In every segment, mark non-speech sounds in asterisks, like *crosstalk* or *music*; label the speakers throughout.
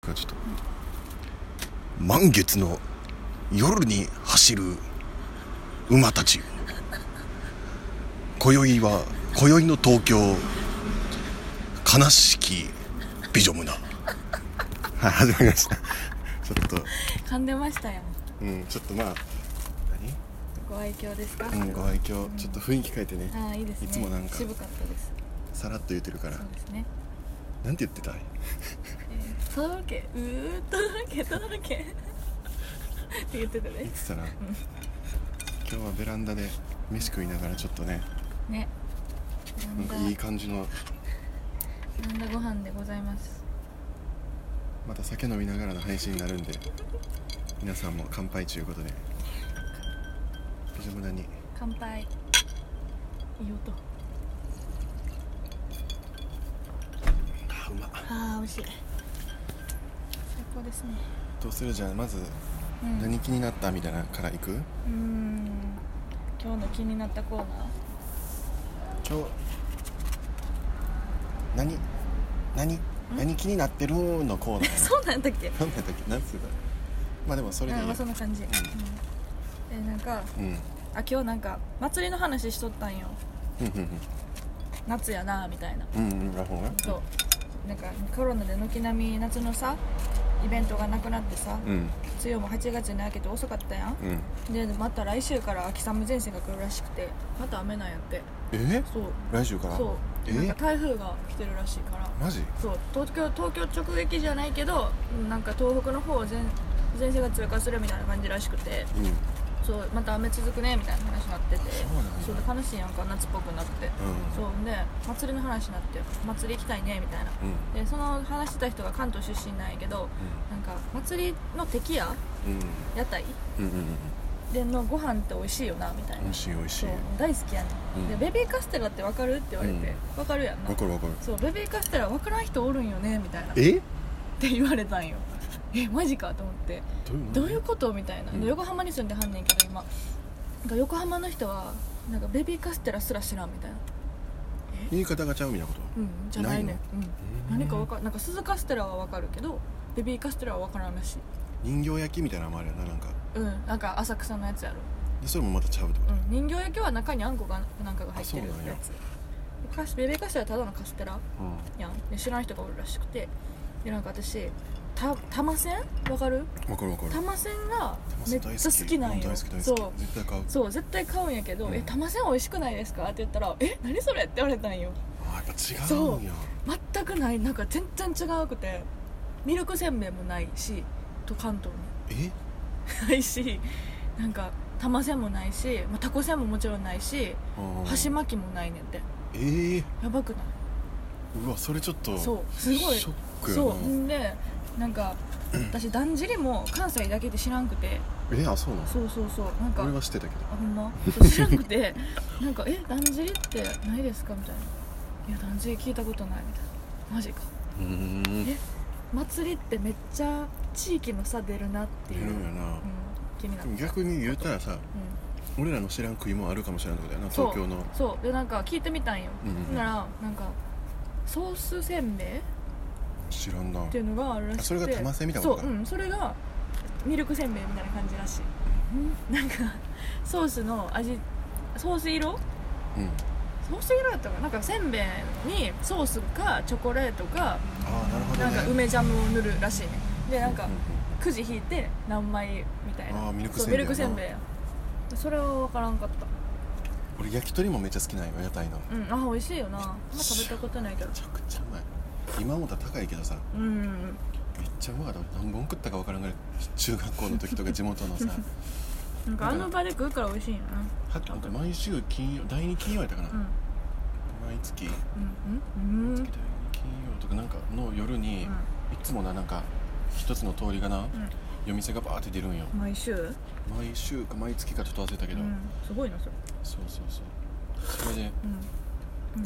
Speaker 1: かちょっと満月の夜に走る馬たち今宵は今宵の東京悲しき美女村はい始まりましたちょっと
Speaker 2: 噛んでましたよ
Speaker 1: うんちょっとまあ
Speaker 2: ご愛嬌ですか、
Speaker 1: 何うんご愛嬌ちょっと雰囲気変えてね
Speaker 2: ああいいですね
Speaker 1: いつもなんか
Speaker 2: 渋かったです
Speaker 1: さらっと言ってるから
Speaker 2: そうですね
Speaker 1: なんて言ってた
Speaker 2: とろけうーとろけとろけって言ってたね
Speaker 1: 言って *laughs* たら今日はベランダで飯食いながらちょっとね
Speaker 2: ね
Speaker 1: なんか
Speaker 2: なんだ
Speaker 1: いい感じの
Speaker 2: なんだご飯でございます
Speaker 1: また酒飲みながらの配信になるんで皆さんも乾杯ということで美女村に
Speaker 2: 乾杯いい音
Speaker 1: あうま
Speaker 2: ああ美味しい最高ですね
Speaker 1: どうするじゃあまず
Speaker 2: うん
Speaker 1: 何気になったみたいなからいく
Speaker 2: うーん今日の気になったコーナー
Speaker 1: 今日何何何気になってるのコーナー
Speaker 2: そうなんだっけ
Speaker 1: 何だったっけ何つうだまあでもそれでいい
Speaker 2: なん
Speaker 1: よ
Speaker 2: かそんな感じ、うんえなんか
Speaker 1: うん
Speaker 2: あ今日なんか祭りの話しとったんよ
Speaker 1: ふんふん
Speaker 2: 夏やなみたいな
Speaker 1: ふんうんうんラフォンが
Speaker 2: そうなんかコロナで軒並み夏のさイベントがなくなってさ、
Speaker 1: うん
Speaker 2: 梅雨も8月に明けて遅かったやん
Speaker 1: うん
Speaker 2: でまた来週から秋雨前線が来るらしくてまた雨なんやって
Speaker 1: え
Speaker 2: そう
Speaker 1: 来週から
Speaker 2: そうなん
Speaker 1: え
Speaker 2: か台風が来てるらしいから
Speaker 1: マジ
Speaker 2: そう東京東京直撃じゃないけどなんか東北の方を前前線が通過するみたいな感じらしくて
Speaker 1: うんうん
Speaker 2: そうまた雨続くねみたいな話になって
Speaker 1: う
Speaker 2: て
Speaker 1: なんや
Speaker 2: そうで悲しいやんか夏っぽくなって、そうで祭りの話になって祭り行きたいねみたいな
Speaker 1: うん
Speaker 2: でその話してた人が関東出身なんやけどなんか祭りの敵や
Speaker 1: うん
Speaker 2: 屋台
Speaker 1: うんうんうんうん
Speaker 2: でのご飯って美味しいよなみたいな
Speaker 1: 美味しい美味しい
Speaker 2: そう大好きやね、
Speaker 1: うん
Speaker 2: ん、でベビーカステラって分かるって言われて、
Speaker 1: う
Speaker 2: 分かるやんな
Speaker 1: わかるわかる
Speaker 2: そうベビーカステラ分からん人おるんよねみたいなって
Speaker 1: え
Speaker 2: 言われたんよえマジかと思って
Speaker 1: どういう
Speaker 2: どういうことみたいな、
Speaker 1: うん
Speaker 2: で横浜に住んではんねんけど今なんか横浜の人はなんかベビーカステラすら知らんみたいな
Speaker 1: 言い方がちゃうみたいなこと
Speaker 2: うんじゃないね
Speaker 1: ない
Speaker 2: うん何かわかなんか鈴カステラは分かるけどベビーカステラは分からんらしい
Speaker 1: 人形焼きみたいなのもあるよななんか
Speaker 2: うんなんか浅草のやつやろ
Speaker 1: でそれもまたちゃうってこ
Speaker 2: うん、人形焼きは中にあんこがなんかが入ってる
Speaker 1: あそうなんや
Speaker 2: やつカスベビーカステラはただのカステラ
Speaker 1: とうん
Speaker 2: やんで知らん人がおるらしくてでなんか私た玉せんわかる
Speaker 1: わかるわかる
Speaker 2: 玉せんが
Speaker 1: 玉
Speaker 2: め
Speaker 1: せ
Speaker 2: っ
Speaker 1: ん
Speaker 2: ち
Speaker 1: 大
Speaker 2: ゃ
Speaker 1: 好き
Speaker 2: 好きなん
Speaker 1: うん
Speaker 2: よ
Speaker 1: 大好き大
Speaker 2: そ
Speaker 1: 好
Speaker 2: う
Speaker 1: き絶対買う
Speaker 2: そう絶対買うんやけど「
Speaker 1: うん
Speaker 2: え玉せん美味しくないですか?」って言ったら「え何それ?」って言われたんよ
Speaker 1: あやっぱ違
Speaker 2: そう
Speaker 1: うんや
Speaker 2: 全くないなんか全然違うくてミルクせんべいもないしと関東に
Speaker 1: え
Speaker 2: *laughs* ないしなんか玉せんもないし、まあ、タコせんももちろんないし
Speaker 1: うん
Speaker 2: 箸巻きもないねんって
Speaker 1: えー
Speaker 2: やばくないう
Speaker 1: わそれちょっと
Speaker 2: そうすごい
Speaker 1: ショックや
Speaker 2: そ
Speaker 1: な
Speaker 2: うほんでなんか私だんじりも関西だけで知らんくて
Speaker 1: えあそうなの
Speaker 2: そうそうそうなんか
Speaker 1: 俺は知ってたけど
Speaker 2: あほんまそう知らんくて *laughs* なんか「えだんじりってないですか?」みたいな「いやだんじり聞いたことない」みたいな「マジか
Speaker 1: うーん
Speaker 2: え祭りってめっちゃ地域の差出るな」って
Speaker 1: 出
Speaker 2: い
Speaker 1: る
Speaker 2: う、
Speaker 1: ん
Speaker 2: うん、
Speaker 1: やな
Speaker 2: 気にな
Speaker 1: で
Speaker 2: った、う
Speaker 1: も
Speaker 2: ん、
Speaker 1: 逆に言うたらさ俺らの知らん食い物あるかもしれないってことやな
Speaker 2: そう
Speaker 1: 東京の
Speaker 2: そうでなんか聞いてみたんよ、
Speaker 1: うんうんうん
Speaker 2: ならなんかソースせんべい
Speaker 1: 知らんな
Speaker 2: っていうのがあるらしくて
Speaker 1: あそれが玉せんみたいなことか
Speaker 2: そううんそれがミルクせんべいみたいな感じらしい、なんかソースの味ソース色
Speaker 1: うん
Speaker 2: ソース色だったかななんかせんべいにソースかチョコレートか
Speaker 1: ああなるほど
Speaker 2: なん
Speaker 1: ね
Speaker 2: か梅ジャムを塗るらしいねでなんか
Speaker 1: うんうん
Speaker 2: くじ引いて何枚みたいな
Speaker 1: あーミルク
Speaker 2: そ
Speaker 1: せ
Speaker 2: うん
Speaker 1: べいやな
Speaker 2: ミルクせんべいやそれは分からんかった
Speaker 1: うん俺焼き鳥もめっちゃ好きなんよ屋台のめ
Speaker 2: うんあー美味しいよなあんま食べたことないけど
Speaker 1: ちゃくちゃうまい今思ったら高いけどさ
Speaker 2: うん
Speaker 1: めっちゃうまかった何本食ったか分からんぐらい中学校の時とか地元
Speaker 2: *laughs*
Speaker 1: のさ
Speaker 2: なんかあの場で食うから美味しいよな
Speaker 1: はなんか毎週金曜第2金曜やったかな、
Speaker 2: うん
Speaker 1: 毎月月
Speaker 2: うんうんうん
Speaker 1: 第2金曜とかなんかの夜に、いつもななんか一つの通りがな、
Speaker 2: ん
Speaker 1: 夜店がバーって出るんよ
Speaker 2: 毎週
Speaker 1: 毎週か毎月かちょっと忘れたけど、
Speaker 2: うん、すごいなそれ
Speaker 1: そうそうそうそれで
Speaker 2: うん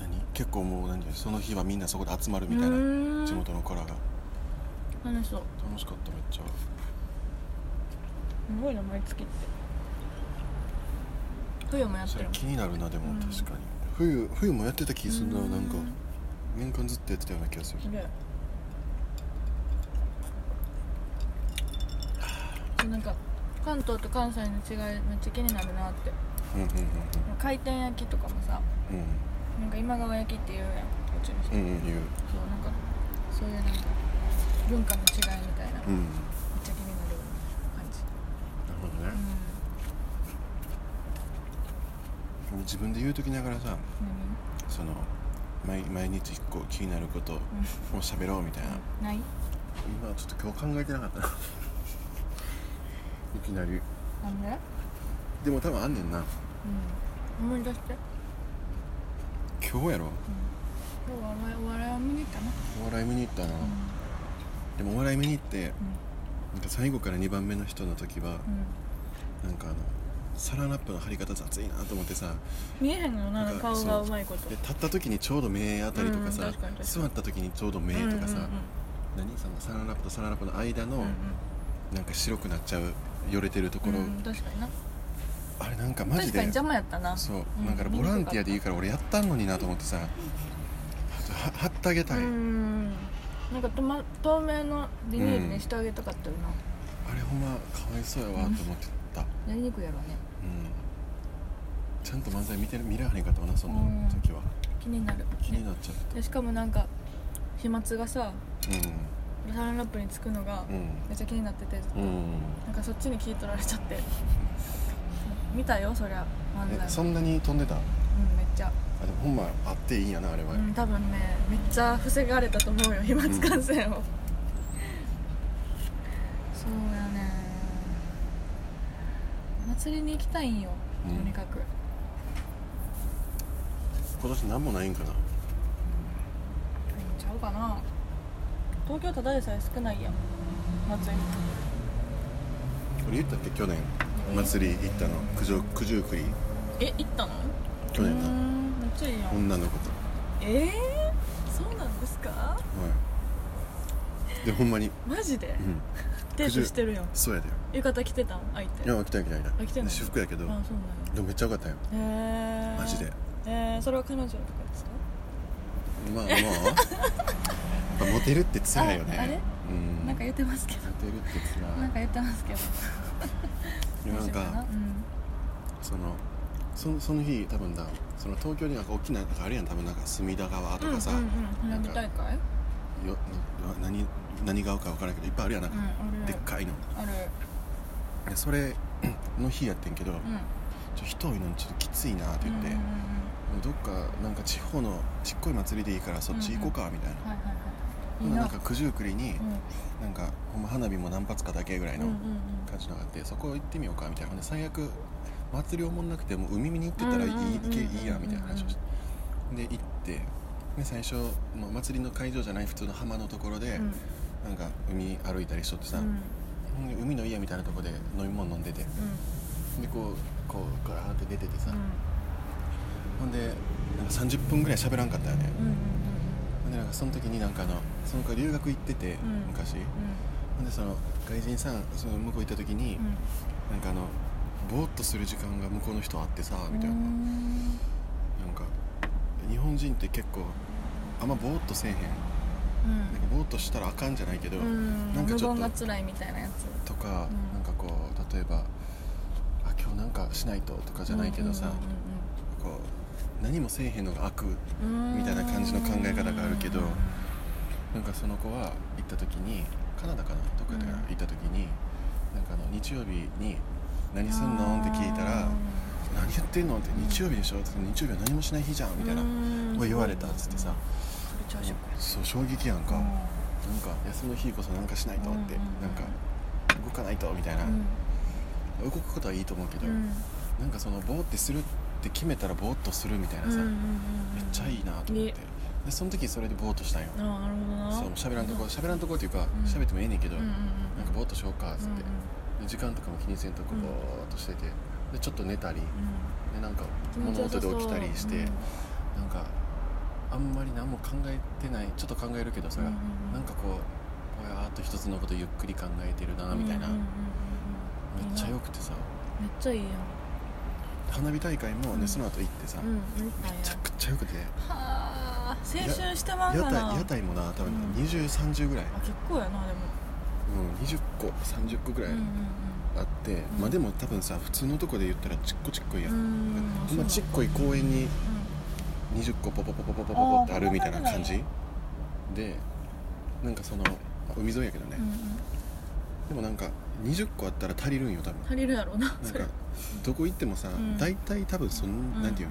Speaker 1: 何結構もう何その日はみんなそこで集まるみ
Speaker 2: う
Speaker 1: たいな
Speaker 2: ーん
Speaker 1: 地元の子らが
Speaker 2: 楽しそう
Speaker 1: 楽しかっためっちゃ
Speaker 2: すごいな毎月って冬もやっ
Speaker 1: そ
Speaker 2: て
Speaker 1: れ
Speaker 2: るもん
Speaker 1: 気になるなでも、
Speaker 2: うん
Speaker 1: 確かに冬冬もやってた気するな
Speaker 2: うーん
Speaker 1: なんか年間ずっとやってたような気がする
Speaker 2: ねなんか関東と関西の違いめっちゃ気になるなって
Speaker 1: うんうん
Speaker 2: 回転焼きとかもさ
Speaker 1: うん
Speaker 2: なんか今川焼きって言うやんこっちの人、
Speaker 1: うんうんうん言う
Speaker 2: そうなんかそういうなんか文化の違いみたい
Speaker 1: う
Speaker 2: な、めっ
Speaker 1: んな
Speaker 2: ちゃ気になる感じ
Speaker 1: るほどね
Speaker 2: う
Speaker 1: 自分で言うときながらさ
Speaker 2: ん何
Speaker 1: その毎毎日一個気になることを喋ろうみたいな
Speaker 2: ない
Speaker 1: 今ちょっと今日考えてなか *laughs* ったないきなり
Speaker 2: なんで
Speaker 1: でも多分あんねんな
Speaker 2: うん思い出して
Speaker 1: 今日やろ
Speaker 2: 今日はお前お笑いを見に行ったな
Speaker 1: お笑い見に行ったな、でもお笑い見に行ってなんか最後から2番目の人の時は
Speaker 2: うん、うん
Speaker 1: なんかあのサランラップの貼り方雑いなと思ってさ
Speaker 2: 見えへんのよな
Speaker 1: なんか
Speaker 2: 顔がうまいこと
Speaker 1: で立った時にちょうど目あたりとか
Speaker 2: うん
Speaker 1: さ
Speaker 2: うん確かに確かに
Speaker 1: 座った時にちょうど目とかさ、
Speaker 2: う
Speaker 1: 何そのサランラップとサランラップの間の
Speaker 2: んうんうん
Speaker 1: なんか白くなっちゃうよれてるとこ
Speaker 2: うん
Speaker 1: ろ、
Speaker 2: うん確かにな
Speaker 1: あれなんかマ
Speaker 2: 確
Speaker 1: ジ
Speaker 2: かに
Speaker 1: で
Speaker 2: 邪魔やったな
Speaker 1: そう、
Speaker 2: うん
Speaker 1: なんかボランティアでいいから俺やったんのになと思ってさは貼ってあげたい、
Speaker 2: うんなんかと、ま、透明のビニールにしてあげたかったよな、
Speaker 1: あれほんまかわいそうやわと思ってた、うん
Speaker 2: やりにくいやろね
Speaker 1: ちゃんと漫才見てる見られへんかったわなその時は、
Speaker 2: 気になる
Speaker 1: 気になっちゃっ
Speaker 2: でしかもなんか飛沫がさ
Speaker 1: た
Speaker 2: サランラップにつくのが
Speaker 1: うんうん
Speaker 2: めっちゃ気になっててずっと、
Speaker 1: うん
Speaker 2: なんかそっちに聞い取られちゃって *laughs* 見たよそりゃ漫
Speaker 1: え
Speaker 2: 才
Speaker 1: そ
Speaker 2: も
Speaker 1: んなに飛んでたあ
Speaker 2: うんめっちゃ、
Speaker 1: でもほんまあっていいんやなあれは、
Speaker 2: うん、多分ねめっちゃ防がれたと思うよ飛沫感染
Speaker 1: *laughs*
Speaker 2: を、そうやね祭りに行きたいんよ、
Speaker 1: うん
Speaker 2: とにかく
Speaker 1: 今年何もないんかな
Speaker 2: うんちゃうかな東京ただでさえ少ないやん祭り
Speaker 1: 俺言ったって去年お祭り行ったの九十九十九里
Speaker 2: え行ったの
Speaker 1: 去年
Speaker 2: うー
Speaker 1: なん
Speaker 2: めっちゃいいやん
Speaker 1: 女の子と、
Speaker 2: ええそうなんですか
Speaker 1: はい、でほんまに、
Speaker 2: マジで
Speaker 1: うん、
Speaker 2: デートしてるやん
Speaker 1: そうやでよ
Speaker 2: 浴衣着てたん相手
Speaker 1: いや来た来た来た
Speaker 2: あ来てんの
Speaker 1: 私服やけど
Speaker 2: あ
Speaker 1: で
Speaker 2: そうなんや
Speaker 1: もめっちゃ良かったよ
Speaker 2: へえ
Speaker 1: マジで
Speaker 2: えー、それは彼女とかですか
Speaker 1: まあまあやっぱモテるってつらいよね
Speaker 2: ああれ
Speaker 1: うん
Speaker 2: なんか言ってますけど
Speaker 1: モテるってつ
Speaker 2: なん
Speaker 1: ら
Speaker 2: か言ってますけど
Speaker 1: いなん
Speaker 2: 大丈夫
Speaker 1: か
Speaker 2: うん
Speaker 1: そのそのその日多分だその東京になんか大きななんかあれやん多分なんか隅田川とかさ、
Speaker 2: うんうん
Speaker 1: よ
Speaker 2: うん
Speaker 1: な
Speaker 2: 花
Speaker 1: ん
Speaker 2: 火
Speaker 1: か
Speaker 2: 大会
Speaker 1: な何何川か分からんけどいっぱいあるやんなん
Speaker 2: う
Speaker 1: か
Speaker 2: ん、ある
Speaker 1: でっかいの
Speaker 2: ある
Speaker 1: でそれの日やってんけど、
Speaker 2: うん
Speaker 1: ちょ人多いのちょっときついなって言って、
Speaker 2: うんうんうんうん
Speaker 1: もうどっかなんか地方のちっこい祭りでいいからそっち行こうかみたいな、
Speaker 2: はいはいはいい
Speaker 1: ほ
Speaker 2: い
Speaker 1: んな
Speaker 2: な
Speaker 1: らなんか九十九里に
Speaker 2: うん
Speaker 1: なんかほんま花火も何発かだけぐらいの
Speaker 2: うんうんうん
Speaker 1: 感じのがあってそこ行ってみようかみたいなほんで最悪祭りおもんなくても海見に行ってたらいい,、
Speaker 2: うんうんうんうん
Speaker 1: いけいいやみたいな話をしてで行ってで最初、まあ、祭りの会場じゃない普通の浜のところで、
Speaker 2: うん
Speaker 1: なんか海歩いたりしとってさ、
Speaker 2: うん
Speaker 1: ほんで海の家みたいなとこで飲み物飲んでてでこうこうガラーって出ててさ、ほんでなんか30分ぐらい喋らんかったよね、
Speaker 2: うんうんうんうん
Speaker 1: ほんでなんかその時になんかあのその子留学行ってて、
Speaker 2: ん
Speaker 1: 昔ほんでその外人さんその向こう行った時に、
Speaker 2: うん
Speaker 1: なんかあのぼーっとする時間が向こうの人あってさみたいな、
Speaker 2: う
Speaker 1: なん
Speaker 2: ん
Speaker 1: か日本人って結構あんまぼーっとせえへんなんかぼーっとしたらあかんじゃないけど、
Speaker 2: うん
Speaker 1: なんか
Speaker 2: 無
Speaker 1: ちょっ
Speaker 2: 言
Speaker 1: と
Speaker 2: が辛いみたいなやつ
Speaker 1: とか、
Speaker 2: うん
Speaker 1: なんかこう例えば「あ今日なんかしないと」とかじゃないけどさ、こう何もせえへんのが悪
Speaker 2: うんうんうんうん
Speaker 1: みたいな感じの考え方があるけど
Speaker 2: うん
Speaker 1: なんかその子は行った時にカナダかなどっかやったかな
Speaker 2: うん
Speaker 1: 行った時になんかあの日曜日に「何すんの?」って聞いたら「何やってんの?」って「日曜日でしょ?」って「日曜日は何もしない日じゃん」みたいな
Speaker 2: うん
Speaker 1: おい言われたっつってさ
Speaker 2: それ朝食
Speaker 1: そう衝撃やんかなんか休みの日こそなんかしないとって
Speaker 2: うん
Speaker 1: なんか動かないとみたいな動くことはいいと思うけどなんかそのぼーってするって決めたらぼーっとするみたいなさめっちゃいいなと思って
Speaker 2: ね
Speaker 1: でその時それでぼーっとしたんよ
Speaker 2: ああなるほどな
Speaker 1: そう喋らんとこ喋らんとこっていうか
Speaker 2: うん
Speaker 1: 喋ってもええねんけど
Speaker 2: うんうん
Speaker 1: なん
Speaker 2: うん
Speaker 1: かぼーっとしようかっつって
Speaker 2: うんうん
Speaker 1: で時間とかも気にせんとこ
Speaker 2: うん
Speaker 1: ぼーっとしててでちょっと寝たり
Speaker 2: う
Speaker 1: でなんか
Speaker 2: ん
Speaker 1: 物音で起きたりして
Speaker 2: うん
Speaker 1: なんかあんまり何も考えてないちょっと考えるけどそれは
Speaker 2: うんうんうん
Speaker 1: なんかこうぼやーっと一つのことゆっくり考えてるなみたいな
Speaker 2: うんうん
Speaker 1: め
Speaker 2: うんう
Speaker 1: っ
Speaker 2: ん
Speaker 1: ちゃよくてさ
Speaker 2: めっちゃいいやん
Speaker 1: 花火大会も
Speaker 2: う
Speaker 1: ね
Speaker 2: ん
Speaker 1: その後行ってさ
Speaker 2: う
Speaker 1: め
Speaker 2: んめっちゃ
Speaker 1: ちゃ
Speaker 2: いいやん
Speaker 1: くちゃよくて
Speaker 2: はあ青春してまう
Speaker 1: 屋
Speaker 2: かな
Speaker 1: 台屋台もな多分
Speaker 2: うん
Speaker 1: 2030ぐらい
Speaker 2: あ結構やなでも
Speaker 1: うん20個30個ぐらい
Speaker 2: うんうんうん
Speaker 1: あって、まあでも多分さ普通のとこで言ったらちっこちっこいや、
Speaker 2: うんん
Speaker 1: ほんまちっこい公園に20個ポポポポポポポポってあるみたいな感じでなんかその海沿いやけどね
Speaker 2: うん、うん
Speaker 1: でもなんか20個あったら足りるんよ多分
Speaker 2: 足りるやろうな
Speaker 1: なん
Speaker 2: そ
Speaker 1: か
Speaker 2: れ
Speaker 1: どこ行ってもさ、
Speaker 2: ん
Speaker 1: 大体多分その、なんていう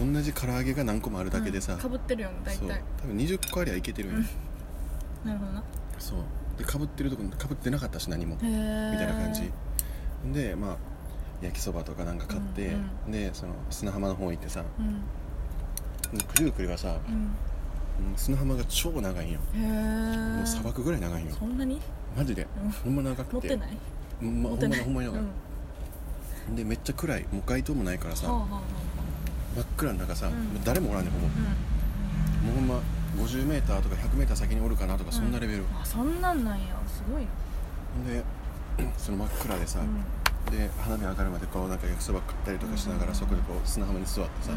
Speaker 2: うん
Speaker 1: の同じ唐揚げが何個もあるだけでさ、
Speaker 2: うんかぶってるよね大
Speaker 1: そう
Speaker 2: 体
Speaker 1: 多分20個ありゃいけてるんよ、
Speaker 2: うんなるほどな
Speaker 1: そうでかぶってるとこかぶってなかったし何も
Speaker 2: へえ
Speaker 1: みたいな感じでまあ焼きそばとかなんか買って、
Speaker 2: うん
Speaker 1: でその砂浜の方行ってさ
Speaker 2: うん
Speaker 1: クリュークリがさ、
Speaker 2: うん
Speaker 1: うん砂浜が超長いんよ
Speaker 2: へえ
Speaker 1: もう砂漠ぐらい長いんよ
Speaker 2: そんなに
Speaker 1: マジで
Speaker 2: うん
Speaker 1: ほんま長くて
Speaker 2: 持ってない
Speaker 1: うんま
Speaker 2: 持っ
Speaker 1: ほ
Speaker 2: て
Speaker 1: んまに
Speaker 2: ない
Speaker 1: ほんまに長い、
Speaker 2: うん
Speaker 1: でめっちゃ暗いもう街灯もないからさ、
Speaker 2: はあはあは
Speaker 1: 真っ暗の中さ、
Speaker 2: うん
Speaker 1: 誰もおらんねんほぼ、
Speaker 2: あうん
Speaker 1: もうほんま 50m とか 100m 先におるかなとかそんなレベル、
Speaker 2: あそんなんなんやすごいな
Speaker 1: で *clears throat* その真っ暗でさ、
Speaker 2: うん
Speaker 1: で花火上がるまでこうなんか焼きそば食ったりとかしながら、
Speaker 2: うん
Speaker 1: そこでこう砂浜に座ってさ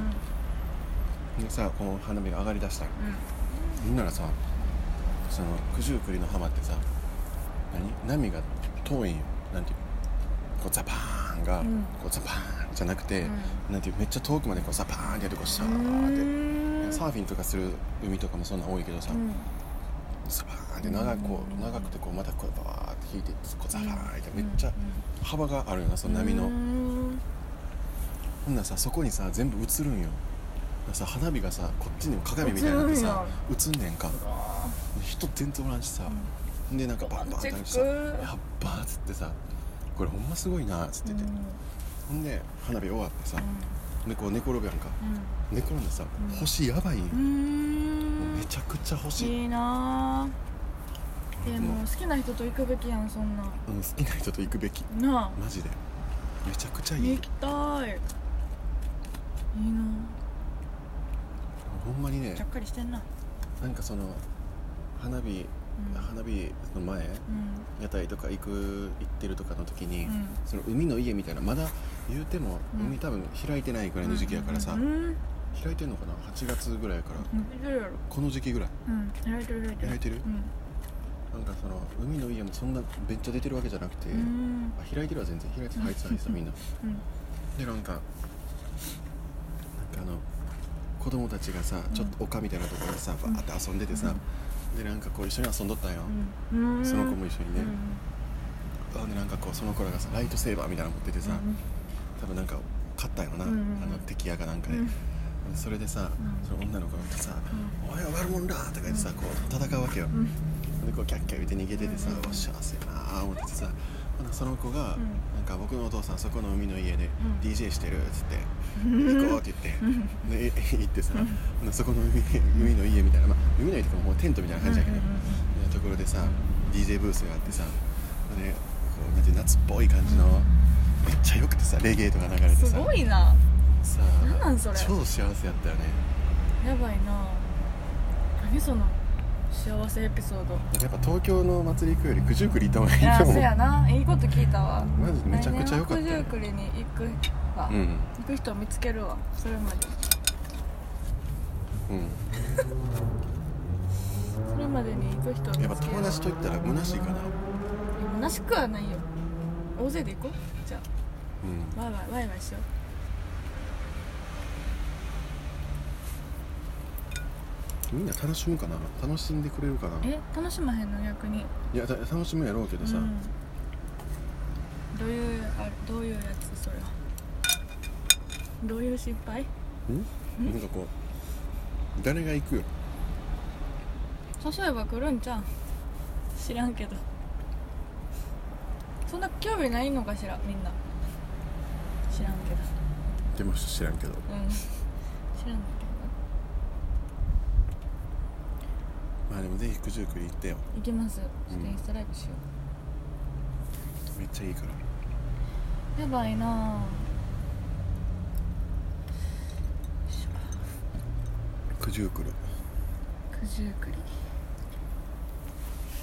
Speaker 2: う、ん
Speaker 1: でさこう花火が上がりだしたのほんならさその九十九里の浜ってさ何波が遠いんよなんていうこうザパーンが、
Speaker 2: うん
Speaker 1: こうザパーンじゃなくて、
Speaker 2: う
Speaker 1: なんていうめっちゃ遠くまでこうザパーンってやってこうシャ
Speaker 2: うんう
Speaker 1: ーって、
Speaker 2: ーん
Speaker 1: サーフィンとかする海とかもそんな多いけどさ、
Speaker 2: うん
Speaker 1: ザパーンって長くこう
Speaker 2: うん
Speaker 1: 長くてこうまたこうバーって引いてこうザパーンってめっちゃ幅があるよなその波の、
Speaker 2: うーん
Speaker 1: ほんならさそこにさ全部映るんよだからさ花火がさこっちにも鏡みたいになってさ映んねんか人全然おらんしさ、でなんかバンバンってなってさ「
Speaker 2: ロ
Speaker 1: や
Speaker 2: マンチック
Speaker 1: っば」っつってさ「これほんますごいな」っつってて、
Speaker 2: うん
Speaker 1: ほんで花火終わってさ、でこう寝転ぶやんか寝転んでさ、
Speaker 2: ん
Speaker 1: 星やばいんよ
Speaker 2: うんう、
Speaker 1: もうんめちゃくちゃ星、
Speaker 2: いいなぁで
Speaker 1: も
Speaker 2: も好きな人と行くべきやんそんな
Speaker 1: ううん、好きな人と行くべき
Speaker 2: なあ
Speaker 1: マジでめちゃくちゃいい、
Speaker 2: 行きたいいいなぁ
Speaker 1: ほんまにね
Speaker 2: ちゃっかりしてんな
Speaker 1: なんかその花火、
Speaker 2: うん
Speaker 1: 花火の前
Speaker 2: うん
Speaker 1: 屋台とか行く行ってるとかの時に、
Speaker 2: うん
Speaker 1: その海の家みたいなまだ言うても
Speaker 2: うん
Speaker 1: 海多分開いてないぐらいの時期やからさ、
Speaker 2: うん
Speaker 1: 開いてんのかな8月ぐらいから
Speaker 2: うんいけるやろ
Speaker 1: この時期ぐらい
Speaker 2: うんやられてるやられてる
Speaker 1: やられてる
Speaker 2: うん
Speaker 1: なんかその海の家もそんなめっちゃ出てるわけじゃなくて、
Speaker 2: うん
Speaker 1: あ開いてるは全然開いてる
Speaker 2: うん
Speaker 1: 開いてた開いてたみんな
Speaker 2: うん
Speaker 1: でなんかなんかあの子供たちがさちょっと丘みたいなところでさバーって遊んでてさ、でなんかこう一緒に遊んどったんよ、
Speaker 2: うんうん
Speaker 1: その子も一緒にね
Speaker 2: うん
Speaker 1: あでなんかこうその子らがさライトセーバーみたいなの持っててさ、
Speaker 2: うん
Speaker 1: 多分なんか買ったんやろな、
Speaker 2: うんうんうん
Speaker 1: あの敵やかなんかで、
Speaker 2: うん
Speaker 1: それでさ、
Speaker 2: うん
Speaker 1: その女の子がさ「おい悪者だ!」とか言ってさこう戦うわけよ、
Speaker 2: うん
Speaker 1: でこうキャッキャ言って逃げててさ、
Speaker 2: うん
Speaker 1: わ幸せやなー思っててさほなその子が、
Speaker 2: うん
Speaker 1: なんか僕のお父さんそこの海の家で
Speaker 2: ん
Speaker 1: DJ してるっつ
Speaker 2: *laughs*
Speaker 1: って、
Speaker 2: うん
Speaker 1: 行こうって
Speaker 2: *laughs*
Speaker 1: 言って、で行ってさ、ほなそこの海海の家みたいな、まあ、海の家とかもうテントみたいな感じやけど、
Speaker 2: うんうんうん
Speaker 1: でところでさ DJ ブースがあってさでこうなんていう夏っぽい感じのめっちゃ良くてさレゲエとか流れてさ
Speaker 2: すごいな
Speaker 1: さ
Speaker 2: なんなんそれ
Speaker 1: 超幸せやったよね
Speaker 2: やばいな何その幸せエピソード
Speaker 1: やっぱ東京の祭り行くより九十九里行った方がい
Speaker 2: い
Speaker 1: い
Speaker 2: や
Speaker 1: と思う
Speaker 2: せやないいこと聞いたわ
Speaker 1: マジでめちゃくちゃ良かったよ
Speaker 2: 来年は九十九里に行くわ、
Speaker 1: うん
Speaker 2: 行く人を見つけるわそれまで
Speaker 1: うん
Speaker 2: それまでに行く人を見つけ
Speaker 1: や
Speaker 2: る
Speaker 1: っぱ友達と行ったら虚しいかな
Speaker 2: むなしくはないよ大勢で行こうじ
Speaker 1: う
Speaker 2: ゃ
Speaker 1: ん
Speaker 2: あワイワイワイワイしよ
Speaker 1: みんな楽しむかな楽しんでくれるかな
Speaker 2: うえ楽しまへんの逆に
Speaker 1: いやた楽しむやろうけどさ、
Speaker 2: うん、どういうあどういうやつそれはどういう失敗
Speaker 1: うん、なんかこう誰が行くよ
Speaker 2: 誘えば来るんじゃん知らんけどそんな興味ないのかしらみんな知らんけど
Speaker 1: でも知らんけど
Speaker 2: うん知らんだけ
Speaker 1: まあでもぜひ九十九里行ってよ
Speaker 2: ど行きますちょっと
Speaker 1: うん
Speaker 2: インスタライブしよ
Speaker 1: めっちゃいいから
Speaker 2: うやばいなぁよいしょ
Speaker 1: 九十九里
Speaker 2: 九十九里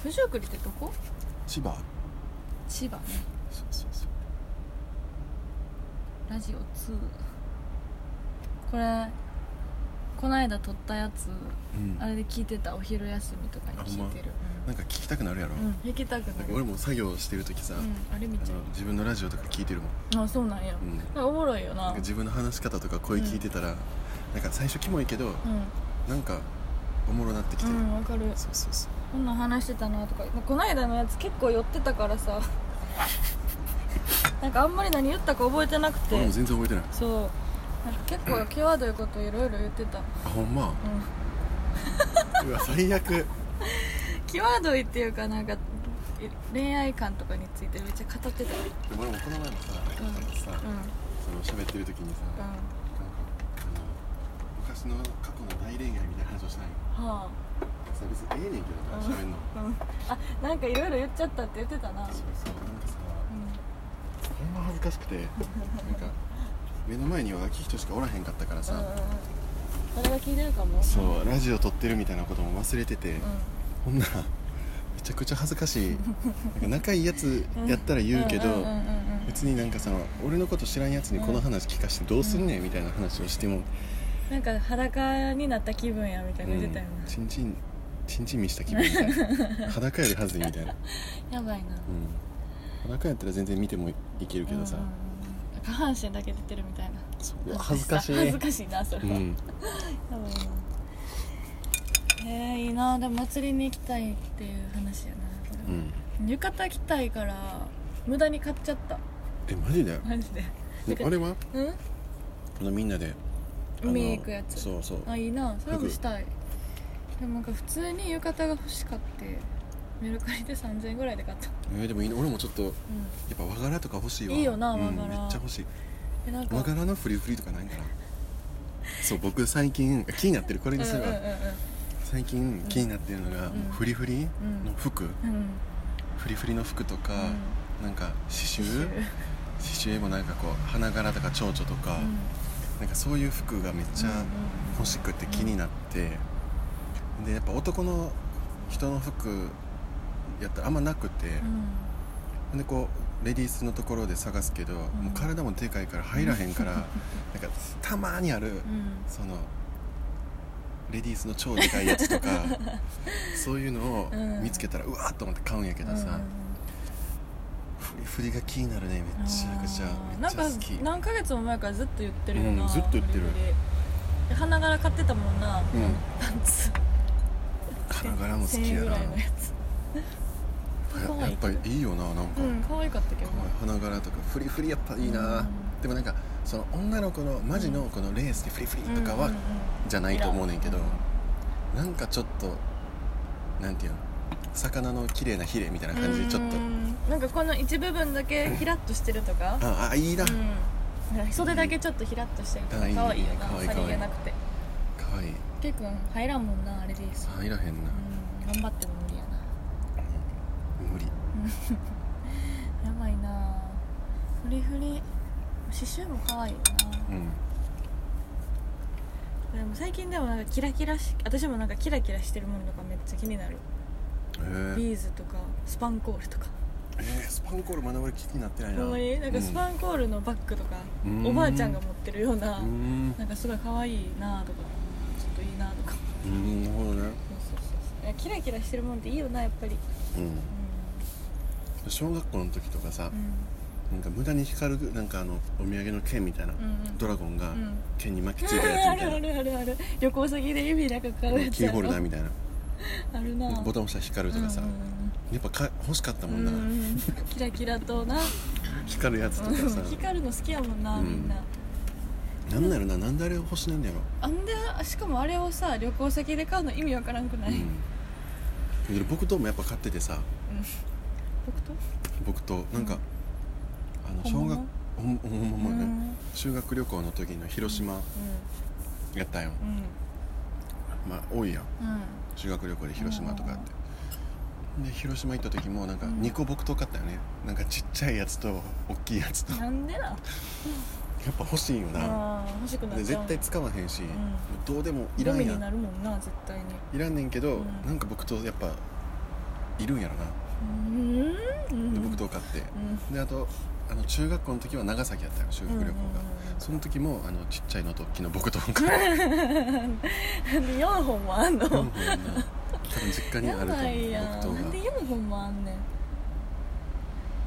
Speaker 2: 九十九里ってどこ
Speaker 1: 千葉
Speaker 2: 千葉ね
Speaker 1: そうそうそう
Speaker 2: ラジオ2これこの間撮ったやつ
Speaker 1: うん
Speaker 2: あれで聞いてたお昼休みとかに聞いてる、
Speaker 1: なんか聞きたくなるやろ、
Speaker 2: うん、弾きたく
Speaker 1: なん
Speaker 2: な
Speaker 1: か
Speaker 2: る
Speaker 1: 俺も作業してる時さ、
Speaker 2: うん、あれ見
Speaker 1: あ
Speaker 2: ちゃ
Speaker 1: の自分のラジオとか聞いてるもん
Speaker 2: うあそうなんや、
Speaker 1: うん
Speaker 2: なんかおもろいよな
Speaker 1: なんか自分の話し方とか声聞いてたら、なんか最初キモいけど、
Speaker 2: う
Speaker 1: なんかおもろなってきて、
Speaker 2: んうんわかる
Speaker 1: そうそうそう
Speaker 2: こんなん話してたなとかこの間のやつ結構寄ってたか
Speaker 1: *laughs*
Speaker 2: らさなんかあんまり何言ったか覚えてなくて
Speaker 1: 俺も全然覚えてない
Speaker 2: そうなんか結構際どいこといろいろ言ってた、うん、
Speaker 1: あほんまうわ最悪
Speaker 2: 際どいっていうかなんか恋愛観とかについてめっちゃ語ってた
Speaker 1: でも俺もこの前もさ
Speaker 2: うん
Speaker 1: なんかさ、
Speaker 2: う
Speaker 1: その喋ってる時にさ、
Speaker 2: んうん
Speaker 1: なんか
Speaker 2: は
Speaker 1: あの昔の過去の大恋愛みたいな話をしたんよ
Speaker 2: あ
Speaker 1: さ別にええねんけどな喋んの、
Speaker 2: うんあなんかいろいろ言っちゃったって言ってたな
Speaker 1: そうそうなんかさ
Speaker 2: う
Speaker 1: ほんま恥ずかしくてなんか目の前には秋人しかおらへんかったから
Speaker 2: んうんう
Speaker 1: さ、
Speaker 2: んそれが聞いてるかも
Speaker 1: そうラジオ撮ってるみたいなことも忘れてて、
Speaker 2: う
Speaker 1: ほんならめちゃくちゃ恥ずかしいなんか仲いいやつ
Speaker 2: ん
Speaker 1: やったら言うけど、
Speaker 2: んんうんうん
Speaker 1: 別になんかさ俺のこと知らんやつにこの話聞かしてどうすんねんみたいな話をしても、
Speaker 2: なんか裸になった気分やみたいな
Speaker 1: う
Speaker 2: 言
Speaker 1: ん
Speaker 2: ってたよ
Speaker 1: ちんち
Speaker 2: *laughs*
Speaker 1: んちんちん見した気分みたいな裸よりはずいみたいな、
Speaker 2: な、やば
Speaker 1: うん、
Speaker 2: いな
Speaker 1: 裸やったら全然見てもいけるけどさ、
Speaker 2: うんうんうん下半身だけ出てるみたいな
Speaker 1: そううわ恥ずかしい
Speaker 2: 恥ずかしいなそれ
Speaker 1: う
Speaker 2: は、や
Speaker 1: ん、
Speaker 2: ばいなえー、いいなでも祭りに行きたいっていう話やな、
Speaker 1: うん、
Speaker 2: 浴衣着たいから無駄に買っちゃった
Speaker 1: えマジで
Speaker 2: マジで
Speaker 1: あれは
Speaker 2: うん
Speaker 1: あのみんなであの
Speaker 2: 海行くやつ
Speaker 1: そうそう
Speaker 2: あいいなそれもしたいでもなんか普通に浴衣が欲しかってメルカリで3000円ぐらいで買った、
Speaker 1: えーでもいいな俺もちょっとや
Speaker 2: うん、
Speaker 1: っぱ和柄とか欲しいわ
Speaker 2: いいよな和柄
Speaker 1: うん、めっちゃ欲しい
Speaker 2: えなんか
Speaker 1: 和柄のフリフリとかないんかなそう僕最近気になってるこれにすれば、
Speaker 2: うんうんうん
Speaker 1: 最近気になってるのが、
Speaker 2: うん
Speaker 1: もうフリフリの服、
Speaker 2: うんうん
Speaker 1: フリフリの服とか、なんか刺繍刺繍絵もなんかこう花柄とか蝶々とか、なんかそういう服がめっちゃ欲しくて気になって、でやっぱ男の人の服やったらあんまなくて、でこうレディースのところで探すけど、もう体もでかいから入らへ *laughs* んから、なんかたまにある、そのレディースの超でかいやつと
Speaker 2: *laughs*
Speaker 1: かそういうのを見つけたら、うわーっと思って買うんやけどさ、フリフリが気になるねめちゃくちゃめっ
Speaker 2: なん
Speaker 1: ちゃ
Speaker 2: か
Speaker 1: 好き
Speaker 2: 何ヶ月も前からずっと言ってるよな、
Speaker 1: うんずっと言ってる
Speaker 2: フリフリで花柄買ってたもん
Speaker 1: う
Speaker 2: な、
Speaker 1: ん
Speaker 2: パンツ
Speaker 1: 花柄も好
Speaker 2: 1000 *laughs*
Speaker 1: き
Speaker 2: 円
Speaker 1: や
Speaker 2: ぐ
Speaker 1: な
Speaker 2: らい
Speaker 1: や
Speaker 2: のやつ可
Speaker 1: や
Speaker 2: 愛い
Speaker 1: っぱりいいよななんか、
Speaker 2: うん可愛かったけどな
Speaker 1: 花柄とかフリフリやっぱいいな、
Speaker 2: うん
Speaker 1: でもなんかその女の子のマジのこのレースでフリフリとかは、
Speaker 2: うんうんうん
Speaker 1: じゃないと思うねんけど、なんかちょっとなんていうの魚の綺麗なヒレみたいな感じでちょっと、
Speaker 2: うんなんかこの一部分だけキラッとしてるとか
Speaker 1: ああいいな、
Speaker 2: うんなんか袖だけちょっとヒラッとしてるとか
Speaker 1: うん
Speaker 2: 可愛いよ
Speaker 1: 可
Speaker 2: な
Speaker 1: 愛い
Speaker 2: さりげなくて
Speaker 1: かわいい
Speaker 2: 結構入らんもんなあれでいいっす
Speaker 1: 入らへんな、
Speaker 2: うん頑張っても無理やな
Speaker 1: 無理
Speaker 2: やばいなフリフリ刺繍も可愛いよ
Speaker 1: う
Speaker 2: な、
Speaker 1: ん
Speaker 2: でも最近でもなんかキラキラし私もなんかキラキラしてるものとかめっちゃ気になる、
Speaker 1: えー、
Speaker 2: ビーズとかスパンコールとか
Speaker 1: えースパンコールまだ俺気になってないな
Speaker 2: ほんまになんかスパンコールのバッグとか、
Speaker 1: うん
Speaker 2: おばあちゃんが持ってるような、
Speaker 1: うんうん
Speaker 2: なんかすごい可愛いなとかちょっといいなとか
Speaker 1: うんなるほどね
Speaker 2: そうそうそうそういやキラキラしてるもんっていいよなやっぱり
Speaker 1: うん
Speaker 2: う
Speaker 1: 小学校の時とかさ、
Speaker 2: ん
Speaker 1: なんか無駄に光るなんかあのお土産の剣みたいな、
Speaker 2: んうん
Speaker 1: ドラゴンが
Speaker 2: うん
Speaker 1: 剣に巻きついた
Speaker 2: あ
Speaker 1: やつみ
Speaker 2: る
Speaker 1: た
Speaker 2: あ
Speaker 1: いな、
Speaker 2: るあるある旅行先で指なんか買うやつ
Speaker 1: キーホルダーみたいな
Speaker 2: あるな
Speaker 1: ボタン押したら光るとかさ、
Speaker 2: うんう
Speaker 1: やっぱか欲しかったもん
Speaker 2: ん
Speaker 1: な、
Speaker 2: うんうんキラキラとな
Speaker 1: 光るやつとかさ、
Speaker 2: うん光るの好きやもんな
Speaker 1: うん
Speaker 2: みんな
Speaker 1: なんなるななんであれ欲しなんだやろ、
Speaker 2: あんでしかもあれをさ旅行先で買うの意味わからんくない
Speaker 1: うん、で僕ともやっぱ買っててさ
Speaker 2: 僕と
Speaker 1: 僕となんか、あの小
Speaker 2: 本物
Speaker 1: 学ほんほんまもね、
Speaker 2: うん
Speaker 1: 修学旅行の時の広島やったんよ、
Speaker 2: うんうん
Speaker 1: まあ多いやん
Speaker 2: うん
Speaker 1: 修学旅行で広島とかあって、で広島行った時もなんか
Speaker 2: うん
Speaker 1: 2個僕と買ったよねなんかちっちゃいやつと大きいやつとやっ
Speaker 2: なんでな
Speaker 1: ぱ欲しいよな、
Speaker 2: あー欲しくなっ
Speaker 1: で
Speaker 2: ちゃう
Speaker 1: 絶対使わへんし、
Speaker 2: ん
Speaker 1: どうでもい
Speaker 2: ゴ
Speaker 1: らん
Speaker 2: ミ
Speaker 1: や
Speaker 2: に
Speaker 1: ん
Speaker 2: なるもんな絶対に
Speaker 1: いらんねんけど、
Speaker 2: うん
Speaker 1: なんか僕とやっぱいるんやろな
Speaker 2: うんうん
Speaker 1: で僕とかって、であとあの中学校の時は長崎やったよ修学旅行が、
Speaker 2: うん
Speaker 1: その時もあのちっちゃいのと昨日僕と僕が
Speaker 2: なんで4本もあん
Speaker 1: *laughs*
Speaker 2: の
Speaker 1: 多分実家に
Speaker 2: や
Speaker 1: あると思
Speaker 2: ば
Speaker 1: う
Speaker 2: いやん
Speaker 1: 僕と
Speaker 2: なんで
Speaker 1: が
Speaker 2: 4本もあんね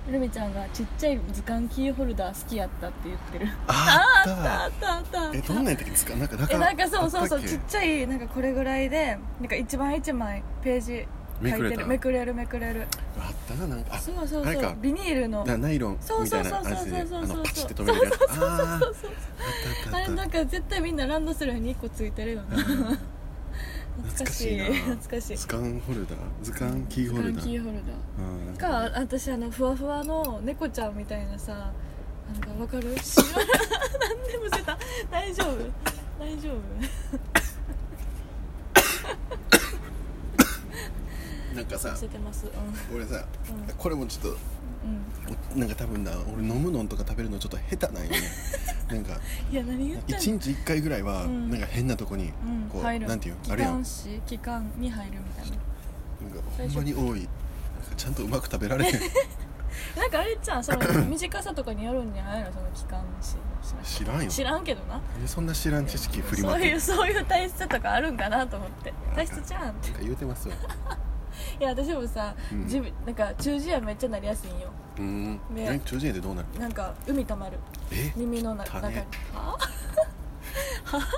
Speaker 2: んルミちゃんがちっちゃい図鑑キーホルダー好きやったって言ってる
Speaker 1: あ
Speaker 2: あったあ
Speaker 1: あ
Speaker 2: っ
Speaker 1: った
Speaker 2: あったあった
Speaker 1: えどんなやつですかなんか中
Speaker 2: えなんかそうそうそ
Speaker 1: あっ
Speaker 2: う
Speaker 1: たっけ
Speaker 2: ちっちゃいなんかこれぐらいでなんか一枚一枚ページ書いて
Speaker 1: めくれ
Speaker 2: る
Speaker 1: た
Speaker 2: めくれるめくれる
Speaker 1: あったななんかあ
Speaker 2: そうそう
Speaker 1: あ
Speaker 2: そ
Speaker 1: れ
Speaker 2: う
Speaker 1: か
Speaker 2: ビニールの
Speaker 1: なナイロンみたいな感じであ
Speaker 2: そうそうそうそうそうそう
Speaker 1: のパチって止めるやつあーあった
Speaker 2: あ
Speaker 1: あっ
Speaker 2: れ
Speaker 1: たあ
Speaker 2: なん
Speaker 1: っ
Speaker 2: か絶対みんなランドセルに1個ついてるよな懐かしい懐
Speaker 1: 懐
Speaker 2: かしたい
Speaker 1: 図鑑ホルダー図鑑キーホル
Speaker 2: 缶
Speaker 1: ダ
Speaker 2: キ
Speaker 1: ー
Speaker 2: ーホルダー
Speaker 1: うんなん
Speaker 2: か私あのふわふわの猫ちゃんみたいなさなんかわか
Speaker 1: *laughs*
Speaker 2: る白い何でもせた大丈夫大丈
Speaker 1: なんかさ
Speaker 2: 夫せてますう
Speaker 1: 俺さ
Speaker 2: うん
Speaker 1: これもちょっと
Speaker 2: ん、うん、
Speaker 1: なんか多分な俺飲むのんとか食べるのちょっと下手なんよ
Speaker 2: *laughs*
Speaker 1: ねなんか
Speaker 2: いや何言った
Speaker 1: 一日一回ぐらいは
Speaker 2: うん
Speaker 1: なんか変なとこに
Speaker 2: うん
Speaker 1: こう、
Speaker 2: 入る
Speaker 1: なんていう
Speaker 2: 機
Speaker 1: あれやんなん
Speaker 2: 関
Speaker 1: か
Speaker 2: 士機関に入るみたい
Speaker 1: ほんまに多いなんかちゃんとうまく食べられへん
Speaker 2: ななんかあれじゃんその
Speaker 1: *laughs*
Speaker 2: 短さとかによるんじゃないのその機関士の
Speaker 1: 知らんよ
Speaker 2: 知らんけどな
Speaker 1: なんでそんな知らん知識振りま
Speaker 2: そ
Speaker 1: く
Speaker 2: う
Speaker 1: る
Speaker 2: いうそういう体質とかあるんかなと思って体質じゃんって
Speaker 1: なんか言うてますわ
Speaker 2: いや私もさ、
Speaker 1: うん
Speaker 2: 自分なんか中耳炎めっちゃなりやすいんよ
Speaker 1: うーん
Speaker 2: ね
Speaker 1: え中耳炎でどうなる
Speaker 2: なんか海たまる
Speaker 1: え
Speaker 2: 耳のな
Speaker 1: 汚ね
Speaker 2: 中には *laughs* あは *laughs* あ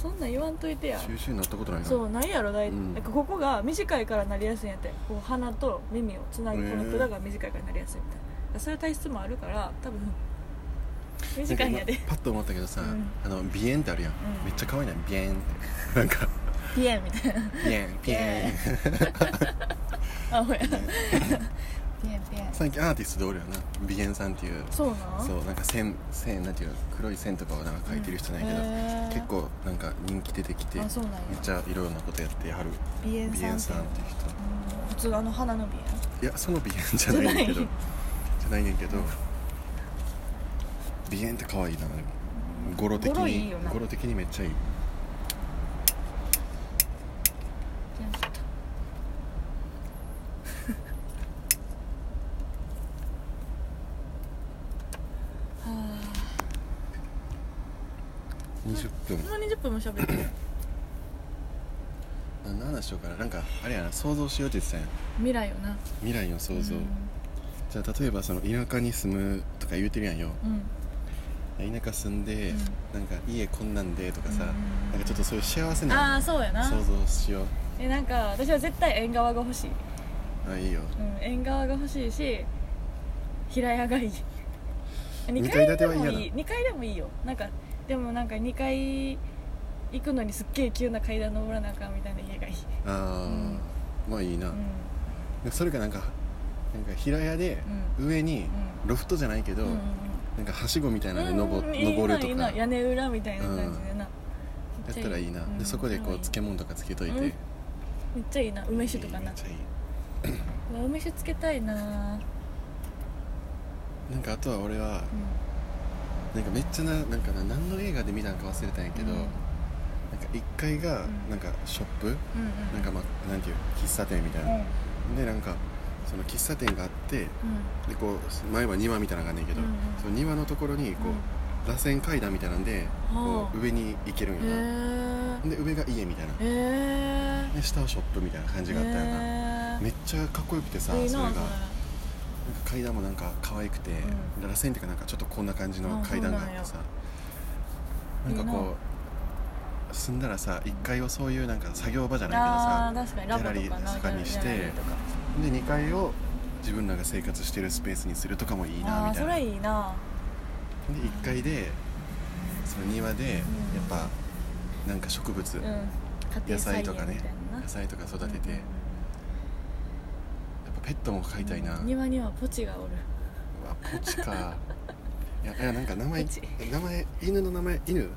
Speaker 2: そんなん言わんといてや
Speaker 1: 中止になったことないな
Speaker 2: そうないやろ大体、
Speaker 1: うん
Speaker 2: なんかここが短いからなりやすいんやってこう鼻と耳をつなぐこの
Speaker 1: へえ
Speaker 2: 管が短いからなりやすいみたいなだからそういう体質もあるから多分短いんやで
Speaker 1: なんか今パッと思ったけどさ、
Speaker 2: うん
Speaker 1: あの鼻炎ってあるやん、
Speaker 2: うん
Speaker 1: めっちゃ可愛いな鼻炎ってなんか
Speaker 2: *laughs* ピエンみたいな
Speaker 1: 鼻炎鼻炎
Speaker 2: あほやピエンピエン
Speaker 1: 最近アーティストでおるよな鼻炎さんっていう
Speaker 2: そうなん
Speaker 1: そうなんか線線なんていうの黒い線とかをなんか描いてる人なんやけど、
Speaker 2: うんへー
Speaker 1: 結構なんか人気出てきてめっ
Speaker 2: あそうなんや
Speaker 1: ちゃいろんなことやってはる
Speaker 2: 鼻炎
Speaker 1: 鼻
Speaker 2: さん
Speaker 1: 炎
Speaker 2: って
Speaker 1: さんっていう人
Speaker 2: うん普通あの鼻の鼻炎
Speaker 1: いやその鼻炎じゃないねんけど
Speaker 2: じゃ
Speaker 1: じ
Speaker 2: ない
Speaker 1: ゃないねんけど鼻炎って可愛いなでも語呂的
Speaker 2: 語呂いい
Speaker 1: に
Speaker 2: よな
Speaker 1: 語呂的にめっちゃいい
Speaker 2: じゃあちょっと *laughs* はあ
Speaker 1: 20分
Speaker 2: そんな20分も喋ってる
Speaker 1: 何の話しようかななんかあれやな想像しようって言ってたやん
Speaker 2: 未来よな
Speaker 1: 未来の想像、
Speaker 2: うん
Speaker 1: じゃあ例えばその田舎に住むとか言うてるやんよ、
Speaker 2: うん
Speaker 1: 田舎住んで、
Speaker 2: うん
Speaker 1: なんか家こんなんでとかさ、
Speaker 2: うん
Speaker 1: なんかちょっとそういう幸せ
Speaker 2: あ
Speaker 1: な
Speaker 2: あそうやな
Speaker 1: 想像しよう
Speaker 2: えなんか私は絶対縁側が欲しい、
Speaker 1: あいいよ
Speaker 2: うん、縁側が欲しいし平
Speaker 1: *laughs*
Speaker 2: 屋がいい2
Speaker 1: 二
Speaker 2: 階
Speaker 1: 階
Speaker 2: で
Speaker 1: 建ては
Speaker 2: も
Speaker 1: 嫌だ
Speaker 2: いい2階でもいいよなんかでもなんか2階行くのにすっげえ急な階段登らなあかんみたいな家がいい、
Speaker 1: あー、
Speaker 2: うん
Speaker 1: まあいいな、
Speaker 2: うん
Speaker 1: それかなんかなんか平屋で上に
Speaker 2: うん
Speaker 1: ロフトじゃないけど、
Speaker 2: うんうん
Speaker 1: なんかはしごみたいなので登,、
Speaker 2: うん
Speaker 1: 登る
Speaker 2: いい
Speaker 1: と
Speaker 2: な
Speaker 1: か
Speaker 2: いいな屋根裏みたいな感じでな、
Speaker 1: やったらいいな、
Speaker 2: うん
Speaker 1: でそこでこう
Speaker 2: うん
Speaker 1: 漬物とかつけといて、
Speaker 2: うんめっちゃいいな梅酒とか
Speaker 1: め
Speaker 2: な
Speaker 1: っちゃいいう
Speaker 2: わ梅酒つけたいな
Speaker 1: なんかあとは俺は
Speaker 2: う
Speaker 1: なんかめっちゃななんかな何の映画で見たんか忘れたんやけど、
Speaker 2: うん
Speaker 1: なんか1階が
Speaker 2: うん
Speaker 1: なんかショップ、
Speaker 2: んうんうん
Speaker 1: なんかまあなんていう喫茶店みたいな、でなんかその喫茶店があって
Speaker 2: うんうん
Speaker 1: でこう前は庭みたいなのがあんねんけど、
Speaker 2: うんうん
Speaker 1: その庭のところにこう、螺旋階段みたいなんでこ
Speaker 2: はあ
Speaker 1: う上に行けるん
Speaker 2: へ
Speaker 1: やな、
Speaker 2: え
Speaker 1: で上が家みたいな
Speaker 2: へえ
Speaker 1: で下はショップみたいな感じがあったよな、めっちゃかっこよくてさそ
Speaker 2: い
Speaker 1: れ
Speaker 2: い
Speaker 1: が
Speaker 2: な
Speaker 1: なん
Speaker 2: そ
Speaker 1: か
Speaker 2: れ
Speaker 1: 階段もなんか可愛くて、
Speaker 2: う
Speaker 1: 螺旋っていうかなんかちょっとこんな感じの階段があってさ
Speaker 2: あそ
Speaker 1: な
Speaker 2: うなん
Speaker 1: ん
Speaker 2: や
Speaker 1: かこう住んだらさ1階をそういうなんか作業場じゃ
Speaker 2: あ
Speaker 1: ない
Speaker 2: ー
Speaker 1: けどさ
Speaker 2: 確かにラボ
Speaker 1: ギャ
Speaker 2: とかな
Speaker 1: ラリーとかにして
Speaker 2: ギャラリーとか
Speaker 1: で2階を自分らが生活してるスペースにするとかもいいな
Speaker 2: あ
Speaker 1: みた
Speaker 2: ー
Speaker 1: い
Speaker 2: そ
Speaker 1: な
Speaker 2: れいいな
Speaker 1: で1階でその庭でやっぱなんか植物、
Speaker 2: うん家
Speaker 1: 野
Speaker 2: 庭菜
Speaker 1: 菜
Speaker 2: 園
Speaker 1: とかね
Speaker 2: みたいな
Speaker 1: 野菜とか育てて、
Speaker 2: うん
Speaker 1: やっぱペットも飼いたいな、うわ
Speaker 2: 庭にはポチがおる
Speaker 1: ポチかいやいやなんか名前
Speaker 2: ポチ
Speaker 1: 名前犬の名前犬
Speaker 2: うん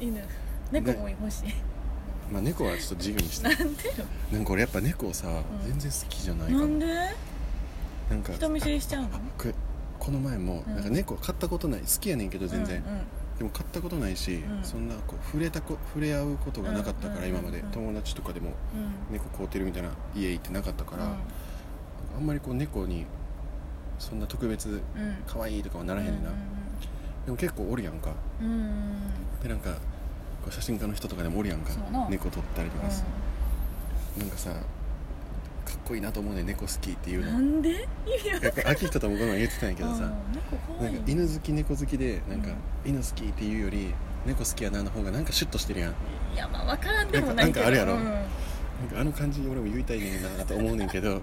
Speaker 2: 犬猫も欲しい
Speaker 1: まあ猫はちょっと自由にして
Speaker 2: なんでよ
Speaker 1: なんか俺やっぱ猫さ、
Speaker 2: ん
Speaker 1: 全然好きじゃないか
Speaker 2: な
Speaker 1: も
Speaker 2: んで
Speaker 1: なんか
Speaker 2: 人見知りしちゃうの
Speaker 1: あこれこの前も、
Speaker 2: うん
Speaker 1: なんか猫飼ったことない好きやねんけど全然、
Speaker 2: うんうん
Speaker 1: でも飼ったことないし、
Speaker 2: うん
Speaker 1: そんなこう触れたこ触れ合うことがなかったから、
Speaker 2: うん
Speaker 1: 今まで、
Speaker 2: うん
Speaker 1: 友達とかでも
Speaker 2: うん
Speaker 1: 猫飼うてるみたいな家行ってなかったから、
Speaker 2: うん
Speaker 1: なんかあんまりこう猫にそんな特別
Speaker 2: うん
Speaker 1: 可愛いとかはならへんねんな、でも結構おるやんか
Speaker 2: うんうんうんうん
Speaker 1: でなんかこう写真家の人とかでもおるやんか
Speaker 2: そうな
Speaker 1: 猫撮ったりとかす、なんかさかっこいいなと思うねん猫好きっていう
Speaker 2: うん
Speaker 1: の
Speaker 2: なんで
Speaker 1: いやこれ秋人ともこの前言ってたんやけどさ
Speaker 2: うん猫
Speaker 1: な
Speaker 2: 可愛
Speaker 1: ん
Speaker 2: い
Speaker 1: か犬好き猫好きでなんか、犬好きっていうより猫好きやなの方がなんかシュッとしてるやん
Speaker 2: いやまあわからんでもない
Speaker 1: なん
Speaker 2: けど
Speaker 1: かなんかあるやろ
Speaker 2: うん
Speaker 1: なんかあの感じ俺も言いたいねんなと思うねんけ
Speaker 2: *laughs*
Speaker 1: どでも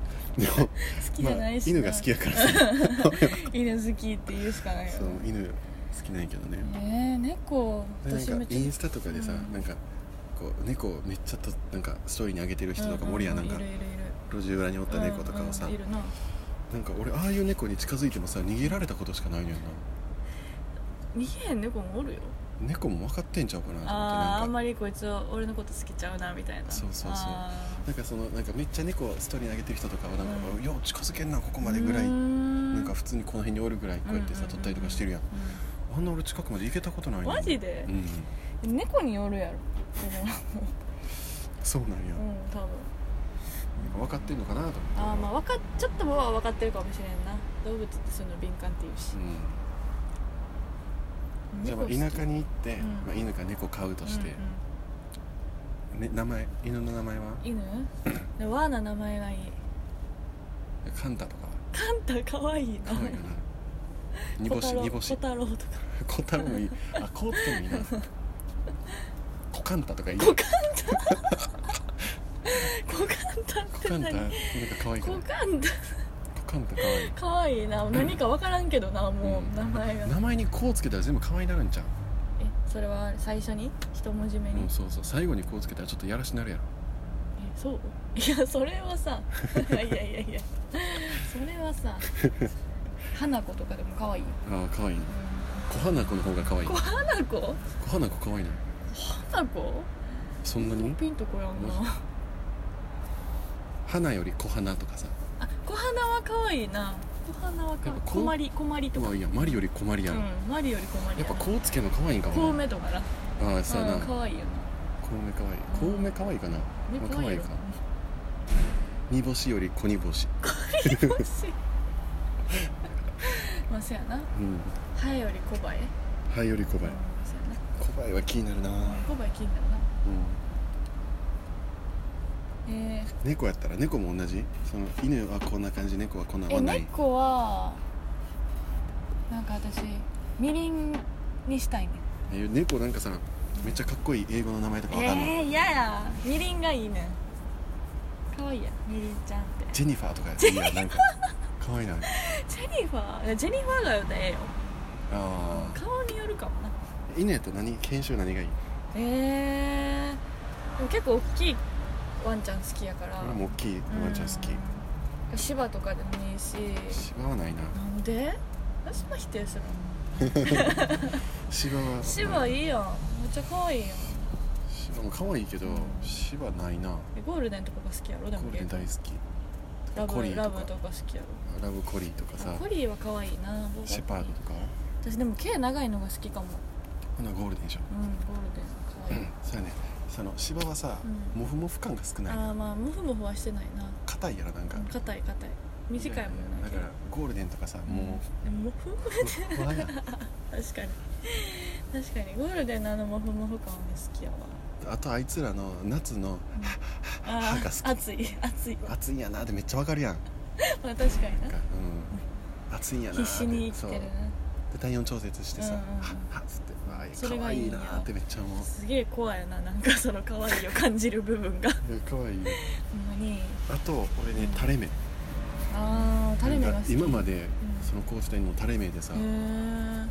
Speaker 2: 好きじゃないしな
Speaker 1: 犬が好きやからさ
Speaker 2: 犬好きって言うしかないよ
Speaker 1: そう犬好きなんやけどね
Speaker 2: ねえ猫
Speaker 1: で
Speaker 2: 私
Speaker 1: なん
Speaker 2: めっ
Speaker 1: か
Speaker 2: ちゃ
Speaker 1: インスタとかでさ、
Speaker 2: うん
Speaker 1: なんかこう猫めっちゃとなんかストーリーに上げてる人とかもおるやんなんか
Speaker 2: いるいるいる
Speaker 1: 路地裏におった猫とかをさ、
Speaker 2: うんうんいるな
Speaker 1: なんか俺ああいう猫に近づいてもさ逃げられたことしかないのよな
Speaker 2: 逃げへん猫もおるよ
Speaker 1: 猫も分かってんちゃうかなと思って
Speaker 2: ああ
Speaker 1: な
Speaker 2: あ
Speaker 1: ん
Speaker 2: ん
Speaker 1: か
Speaker 2: まりこいつは俺のこと好きちゃうなみたいな
Speaker 1: そうそうそう
Speaker 2: あ
Speaker 1: なんかそのなんかめっちゃ猫をストーリーに上げてる人とかはなんか
Speaker 2: う、ん
Speaker 1: よう近づけんなここ
Speaker 2: ー
Speaker 1: までぐらい、
Speaker 2: うーん
Speaker 1: なんか普通にこの辺におるぐらいこうやってさ、
Speaker 2: うんうんうん
Speaker 1: 撮ったりとかしてるやんあんな俺近くまで行けたことないの
Speaker 2: マジで
Speaker 1: うん
Speaker 2: うん猫によるやろ
Speaker 1: そうなんや、
Speaker 2: でもうん多分
Speaker 1: なんか分かってんのかなと思って
Speaker 2: ああまあわかっちょっとは分かってるかもしれんな動物ってそういうの敏感っていうし
Speaker 1: うん、じゃあまあ
Speaker 2: 猫好
Speaker 1: 田
Speaker 2: き
Speaker 1: 舎に行って、
Speaker 2: うん
Speaker 1: まあ、犬か猫飼うとして
Speaker 2: うん、う
Speaker 1: ね、名前犬の名前は
Speaker 2: ん犬 *coughs* ワーナ名前がいい
Speaker 1: カンタとか
Speaker 2: カンタ可愛いな
Speaker 1: 可
Speaker 2: *laughs*
Speaker 1: 愛いよな煮干し煮干し
Speaker 2: 小太郎とか
Speaker 1: コタロもいいあコウってもいいなコカンタとかいい
Speaker 2: コ
Speaker 1: コ
Speaker 2: カコカンタって
Speaker 1: カンタ
Speaker 2: 何
Speaker 1: なんか可愛いか
Speaker 2: コ
Speaker 1: らコ
Speaker 2: カンタ
Speaker 1: カンタ可愛い
Speaker 2: 可愛いな何か分からんけどなも
Speaker 1: うん
Speaker 2: う名前が
Speaker 1: 名前にコウつけたら全部可愛いなるんじゃん
Speaker 2: えそれは最初に一文字目に
Speaker 1: うんそうそう最後にコウつけたらちょっとやらしなるやろ
Speaker 2: えそう *laughs* いやそれはさ *laughs* いやいやいやそれはさ花子とかでも可愛いよ、
Speaker 1: ああ可愛いな
Speaker 2: う
Speaker 1: 小花子の方が可愛い
Speaker 2: ん、
Speaker 1: 小
Speaker 2: こ花子
Speaker 1: 花子可愛いな
Speaker 2: 花子
Speaker 1: そんなに
Speaker 2: ピンとこやんな
Speaker 1: 花より小花とかさ
Speaker 2: あ小花は可愛いな小花は可
Speaker 1: やっぱ
Speaker 2: 愛い
Speaker 1: こ
Speaker 2: こまりこまりとか
Speaker 1: まあいいやマリより小マリや
Speaker 2: う
Speaker 1: ろ、
Speaker 2: んマリよりこまり
Speaker 1: やっぱコウつけるの可愛いんか
Speaker 2: コウ
Speaker 1: もな
Speaker 2: メとかな
Speaker 1: ああそうやな、
Speaker 2: うん、可愛いよな
Speaker 1: コウメ可愛いコウメ可愛いかな、
Speaker 2: ね
Speaker 1: まあ
Speaker 2: 可愛い *laughs* よ
Speaker 1: か煮干しより小煮干し
Speaker 2: 欲しいまあそうやな
Speaker 1: うん
Speaker 2: ハエよりコバエ
Speaker 1: ハより小
Speaker 2: う
Speaker 1: バ
Speaker 2: ん
Speaker 1: エ
Speaker 2: そうや
Speaker 1: 小バエは気になるな、
Speaker 2: なコバエ気になるな
Speaker 1: うん、
Speaker 2: え
Speaker 1: 猫やったら猫も同じその犬はこんな感じ猫はこんな
Speaker 2: ー、え
Speaker 1: はない
Speaker 2: 猫はなんか私みりんにしたいね
Speaker 1: え猫なんかさめっちゃかっこいい英語の名前とかわかんない、
Speaker 2: えー、嫌やみりんがいいねんかわいいやんみりんちゃ
Speaker 1: *laughs*
Speaker 2: んって
Speaker 1: ジェニファーとかやったらいいやなんか可愛いな
Speaker 2: *laughs* ジェニファーいやジェニファーがよええよ
Speaker 1: あー
Speaker 2: 顔によるかもな
Speaker 1: 犬やったら何犬種何がいい
Speaker 2: えー、でも結構大きいワンちゃん好きやから
Speaker 1: 俺も大きいワンちゃん好
Speaker 2: き芝とかでもいいし
Speaker 1: き芝はないな
Speaker 2: なんで私も否定する
Speaker 1: 芝は
Speaker 2: 芝いいやんめっちゃ可愛いやん
Speaker 1: 芝も可愛いけど芝ないな
Speaker 2: えゴールデンとかが好きやろで
Speaker 1: ゴ
Speaker 2: も
Speaker 1: ールデン大好き
Speaker 2: ラ
Speaker 1: コ
Speaker 2: ブ
Speaker 1: リーとか
Speaker 2: ラブとか好きやろ
Speaker 1: ラブコリーとかさ
Speaker 2: あコリーは可愛いな僕は
Speaker 1: シェパードとか
Speaker 2: 私でも毛長いのが好きかも
Speaker 1: ほなゴールデンでしょ
Speaker 2: うんゴールデン可愛い、
Speaker 1: そうやねその芝はさ、
Speaker 2: うん
Speaker 1: モフモフ感が少 *laughs* ない
Speaker 2: ああまあモフモフはしてないな
Speaker 1: 硬いやろなんか、
Speaker 2: うん硬い硬い短いもん
Speaker 1: だ
Speaker 2: な
Speaker 1: からゴールデンとかさ
Speaker 2: 毛
Speaker 1: も
Speaker 2: うんでもモフモフ *laughs*
Speaker 1: うふわやん
Speaker 2: 確かに確かにゴールデンのあのモフモフ感はね好きやわ
Speaker 1: あとあいつらの夏の
Speaker 2: あ
Speaker 1: 歯が好
Speaker 2: あ熱い熱いわ
Speaker 1: 暑いんやなってめっちゃわかるやん
Speaker 2: まあ確かに
Speaker 1: なん
Speaker 2: な
Speaker 1: かうん暑いんやなー
Speaker 2: 必
Speaker 1: って
Speaker 2: 死に生きて
Speaker 1: そ
Speaker 2: る
Speaker 1: う
Speaker 2: な
Speaker 1: で体温調節してさ
Speaker 2: うんうんう
Speaker 1: は
Speaker 2: ん
Speaker 1: っはっつってわあ
Speaker 2: そ
Speaker 1: か
Speaker 2: れ
Speaker 1: わ
Speaker 2: が
Speaker 1: い
Speaker 2: い
Speaker 1: い
Speaker 2: い
Speaker 1: な
Speaker 2: よ
Speaker 1: ーってめっちゃ思
Speaker 2: すげえ怖いななんかその可愛いを感じる部分
Speaker 1: *laughs*
Speaker 2: がほ
Speaker 1: ういやかわいい
Speaker 2: んまに
Speaker 1: あと俺ね垂れ目
Speaker 2: ああ垂れ目が
Speaker 1: な
Speaker 2: 好
Speaker 1: んか
Speaker 2: き
Speaker 1: 今ま
Speaker 2: で
Speaker 1: で
Speaker 2: うん
Speaker 1: その高知隊にも垂れ目でさ
Speaker 2: へ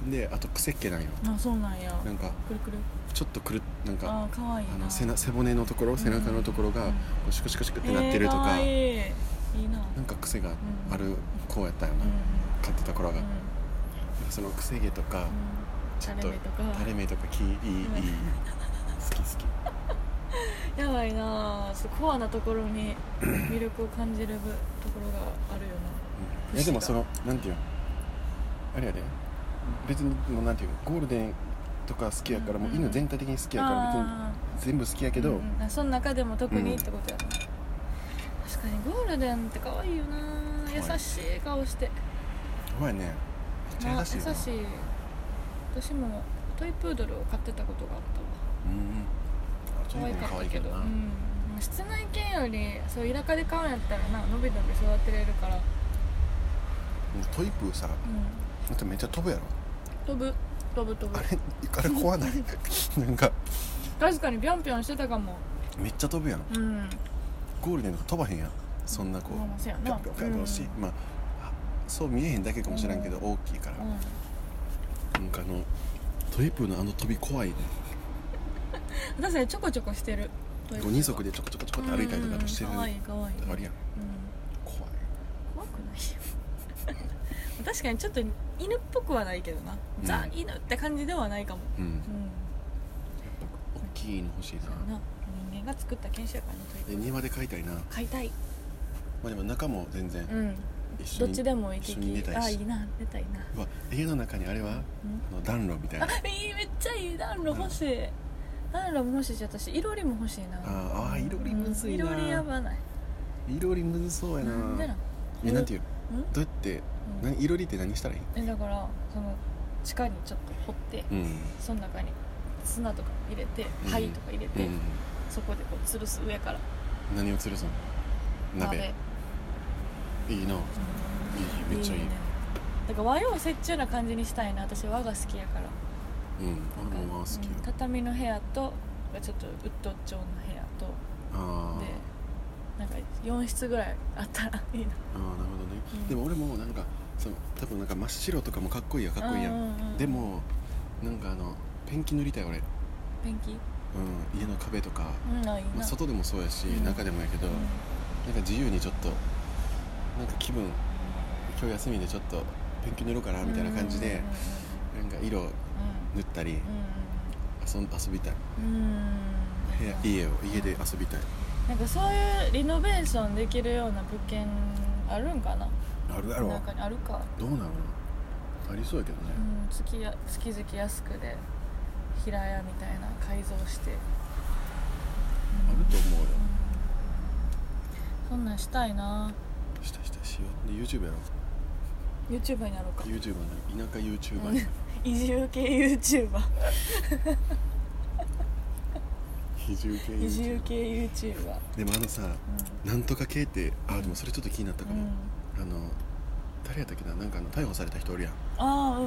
Speaker 2: え
Speaker 1: であと癖っ気ないよ
Speaker 2: あそうなんや
Speaker 1: なんか
Speaker 2: くるくる
Speaker 1: ちょっとくるなんか
Speaker 2: あー可愛いな
Speaker 1: あの背な背骨のところ背中のところが
Speaker 2: うん
Speaker 1: こうシュクシュクシュクってなってるとか
Speaker 2: えー可愛いいいいな
Speaker 1: なんか癖がある子やったよ
Speaker 2: う
Speaker 1: な、
Speaker 2: んうん
Speaker 1: 買ってた頃が、
Speaker 2: うん
Speaker 1: なんかその癖毛とか、
Speaker 2: うん
Speaker 1: ちょ
Speaker 2: 垂
Speaker 1: っと
Speaker 2: れ目とか
Speaker 1: 垂れ目とかきいい、いい
Speaker 2: うん
Speaker 1: 好き好き
Speaker 2: やばいなちょっとコアなところ
Speaker 1: *clears throat*
Speaker 2: に魅力を感じる部ところがあるよ
Speaker 1: うん、いやでもそのなんていうのあれやで別にもうなんていうのゴールデンとか好きやから、
Speaker 2: うんうん
Speaker 1: もう犬全体的に好きや
Speaker 2: な
Speaker 1: から
Speaker 2: あー
Speaker 1: 別に全部好きやけど、
Speaker 2: うんうんあその中でも特
Speaker 1: うん
Speaker 2: にってことやな、確かにゴールデンって可愛いよなな優しい顔して、
Speaker 1: ほんまやねめっちゃ
Speaker 2: まあ
Speaker 1: 優しいよな
Speaker 2: 優しい私もトイプードルを飼ってたことがあったわ
Speaker 1: うんあそう
Speaker 2: 可
Speaker 1: い
Speaker 2: 愛
Speaker 1: うの
Speaker 2: か
Speaker 1: 可
Speaker 2: っ
Speaker 1: 愛い
Speaker 2: た
Speaker 1: け
Speaker 2: け
Speaker 1: ど
Speaker 2: ど、
Speaker 1: な、
Speaker 2: うん、室内犬よりそう田舎で飼うんやったらなのびのび育てれるから、う
Speaker 1: トイプーさだ
Speaker 2: ん、
Speaker 1: ってめっちゃ飛ぶやろ
Speaker 2: 飛ぶ飛ぶ飛ぶ
Speaker 1: あれあれ怖ない *laughs* なんか
Speaker 2: 確かにビョンビョンしてたかも
Speaker 1: めっちゃ飛ぶやん
Speaker 2: うん
Speaker 1: ゴールデンとか飛ばへんやんそんなこう
Speaker 2: まあまあそうやな
Speaker 1: ピョンピョンピョンピョンし、まああそう見えへんだけかもしれんけど、大きいから、
Speaker 2: うん
Speaker 1: なんかあのトイプーのあの飛び怖いね
Speaker 2: 私ねちょこちょこしてる
Speaker 1: ご二足でちょこちょこちょこって歩いたりとかしてる
Speaker 2: かわいいかわいい、うん
Speaker 1: あるやん怖い
Speaker 2: 怖くないよ *laughs* 確かにちょっと犬っぽくはないけどな、
Speaker 1: うん
Speaker 2: ザ犬って感じではないかも
Speaker 1: うん
Speaker 2: うん
Speaker 1: 大きいの欲しいな
Speaker 2: そうやな人間が作った犬種やからなと
Speaker 1: で
Speaker 2: いう
Speaker 1: 庭で飼いたいなま
Speaker 2: 飼いたい
Speaker 1: あでも中も全然
Speaker 2: うん
Speaker 1: 一緒
Speaker 2: どっ
Speaker 1: に、
Speaker 2: ちでもいい
Speaker 1: 一緒に寝たいし
Speaker 2: あいいな寝たいな
Speaker 1: うわ家の中にあれは
Speaker 2: うん
Speaker 1: あの暖炉みたいな
Speaker 2: あいいめっちゃいい暖炉欲しい、暖炉も欲しいし私いろりも欲しいな
Speaker 1: あーあーいろりむずいな
Speaker 2: うんいろりやばない
Speaker 1: いろりむずそうやな
Speaker 2: なんでなん
Speaker 1: えなんていう
Speaker 2: うん
Speaker 1: どうやって
Speaker 2: うん
Speaker 1: 何いろりって何したらいい
Speaker 2: えだからその地下にちょっと掘って、
Speaker 1: うん
Speaker 2: その中に砂とか入れて
Speaker 1: うん
Speaker 2: 灰とか入れ
Speaker 1: う
Speaker 2: て、
Speaker 1: ん
Speaker 2: そこでこう吊るす上から
Speaker 1: 何を吊るすの鍋いいないいめっちゃいい
Speaker 2: ねだから和洋折衷な感じにしたいな私和が好きやから
Speaker 1: うん俺もまあ好きよ
Speaker 2: うん畳の部屋とちょっとウッド調の部屋と
Speaker 1: あ
Speaker 2: で
Speaker 1: ー
Speaker 2: なんか4室ぐらいあったらい
Speaker 1: あー
Speaker 2: いな
Speaker 1: なるほどね、
Speaker 2: うん
Speaker 1: でも俺もなんかその多分なんか真っ白とかもかっこいいやんかっこいいやん、
Speaker 2: ううう
Speaker 1: でもなんかあのペンキ塗りたい俺、うん、
Speaker 2: ペンキ
Speaker 1: 家の壁とか、
Speaker 2: うんあいいな、
Speaker 1: まあ、外でもそうやし、
Speaker 2: うん
Speaker 1: 中でもやけど、
Speaker 2: うん
Speaker 1: なんか自由にちょっとなんか気分今日休みでちょっとペンキ塗ろうかなみたいな感じで、なんか色塗ったり、遊ん遊びたい
Speaker 2: うんうんうんうん
Speaker 1: 部屋家を家で遊びたい
Speaker 2: なんかそういうリノベーションできるような物件あるんかな
Speaker 1: あるやろ
Speaker 2: 中にあるか、
Speaker 1: どうなのありそうやけどね
Speaker 2: う、ん、月や月々安くで平屋みたいな改造し
Speaker 1: あ
Speaker 2: て、
Speaker 1: ると思うよ
Speaker 2: そんなんしたいな
Speaker 1: したしたしようで YouTube やろ
Speaker 2: YouTuber になろうか
Speaker 1: YouTuber な田舎 YouTuber に
Speaker 2: 移住系 YouTuber
Speaker 1: 移住系
Speaker 2: *laughs* 移住系 YouTuber
Speaker 1: でもあのさなんとか系ってあでもそれちょっと気になったか
Speaker 2: うん、う
Speaker 1: も、あ
Speaker 2: ん、
Speaker 1: の誰やったっけななんかあの逮捕された人おるやん
Speaker 2: ああうんうんうん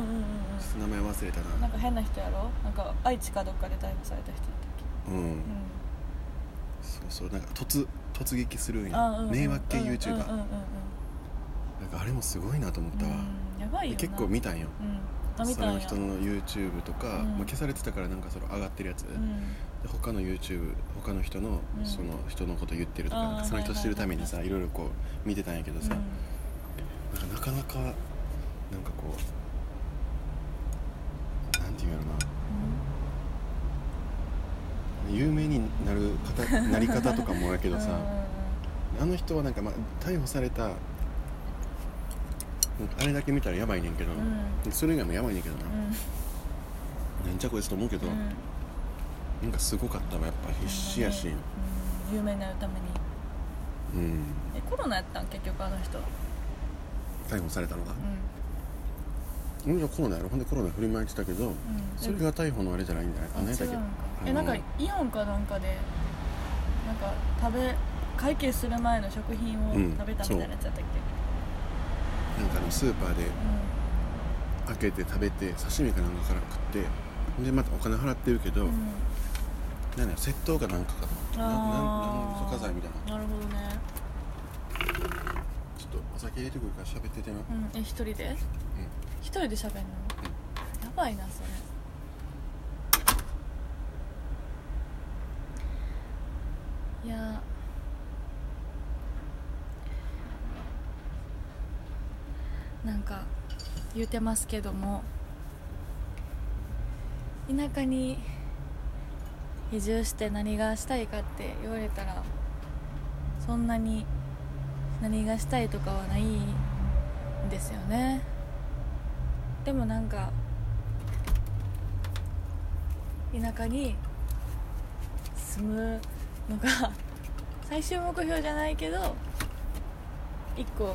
Speaker 1: ちょっと名前忘れた
Speaker 2: うんな
Speaker 1: なん
Speaker 2: か変な人やろなんか愛知かどっかで逮捕された人だっ
Speaker 1: うん、
Speaker 2: たっ
Speaker 1: そうそうなんか突突撃するん
Speaker 2: け、うん、
Speaker 1: や
Speaker 2: あーうん
Speaker 1: 迷惑系 YouTuber、
Speaker 2: うんうんうん
Speaker 1: なんかあれもすごいなと思っ
Speaker 2: うん
Speaker 1: たわ、
Speaker 2: うんやばい
Speaker 1: で
Speaker 2: よな
Speaker 1: 結構見たんよ
Speaker 2: うんあ見
Speaker 1: そ
Speaker 2: たん
Speaker 1: の
Speaker 2: や
Speaker 1: 人の YouTube とか、
Speaker 2: うん
Speaker 1: まあ、消されてたからなんかその上がってるやつ、
Speaker 2: う
Speaker 1: で
Speaker 2: ん
Speaker 1: 他の YouTube 他の人の、
Speaker 2: うん
Speaker 1: その人のこと言ってるとか
Speaker 2: あー
Speaker 1: なんかその人してるためにさ、
Speaker 2: はい
Speaker 1: ろいろこう見てたんやけどさ、なんかなかなかなんかこうなんていうんやろな有名になる
Speaker 2: *laughs*
Speaker 1: 方なり方とかもやけ
Speaker 2: け
Speaker 1: どさ、あの人はなんか、まあ、逮捕されたあれだけ見たらやばいねんけど、
Speaker 2: うんうんうん
Speaker 1: それ以外もやばいねんけどな、なんじゃこいつと思うけど、
Speaker 2: うんうん
Speaker 1: なんかすごかったわやっぱ必死やし、
Speaker 2: うん有名になるために
Speaker 1: うん、
Speaker 2: えコロナやったん結局あの人は
Speaker 1: 逮捕されたのが
Speaker 2: う
Speaker 1: 俺らコロナやろほんでコロナ振りまいてたけど、
Speaker 2: んうん
Speaker 1: それが逮捕のあれじゃないんじゃないか
Speaker 2: あ
Speaker 1: な
Speaker 2: 違
Speaker 1: だけ
Speaker 2: うん
Speaker 1: あ
Speaker 2: か
Speaker 1: の
Speaker 2: えなんかイオンかなんかでなんか食べ会計する前の食品を
Speaker 1: うん
Speaker 2: 食べたみたいなやつやったっけ
Speaker 1: なんかあのスーパーで
Speaker 2: う
Speaker 1: 開けて食べて刺身かなんかから食ってほんでまたお金払ってるけど、
Speaker 2: んうん
Speaker 1: なんだよ窃盗かなんかかなな
Speaker 2: あ
Speaker 1: な
Speaker 2: ー
Speaker 1: んとか罪みたいな
Speaker 2: なるほどね
Speaker 1: ちょっとお酒入れてくるから喋っててな
Speaker 2: うんえ一人で一人で喋んのやばいなそれいやなんか言うてますけども田舎に移住して何がしたいかって言われたらそんなに何がしたいとかはないんですよねでもなんか田舎に住む *laughs* のが最終目標じゃないけど一個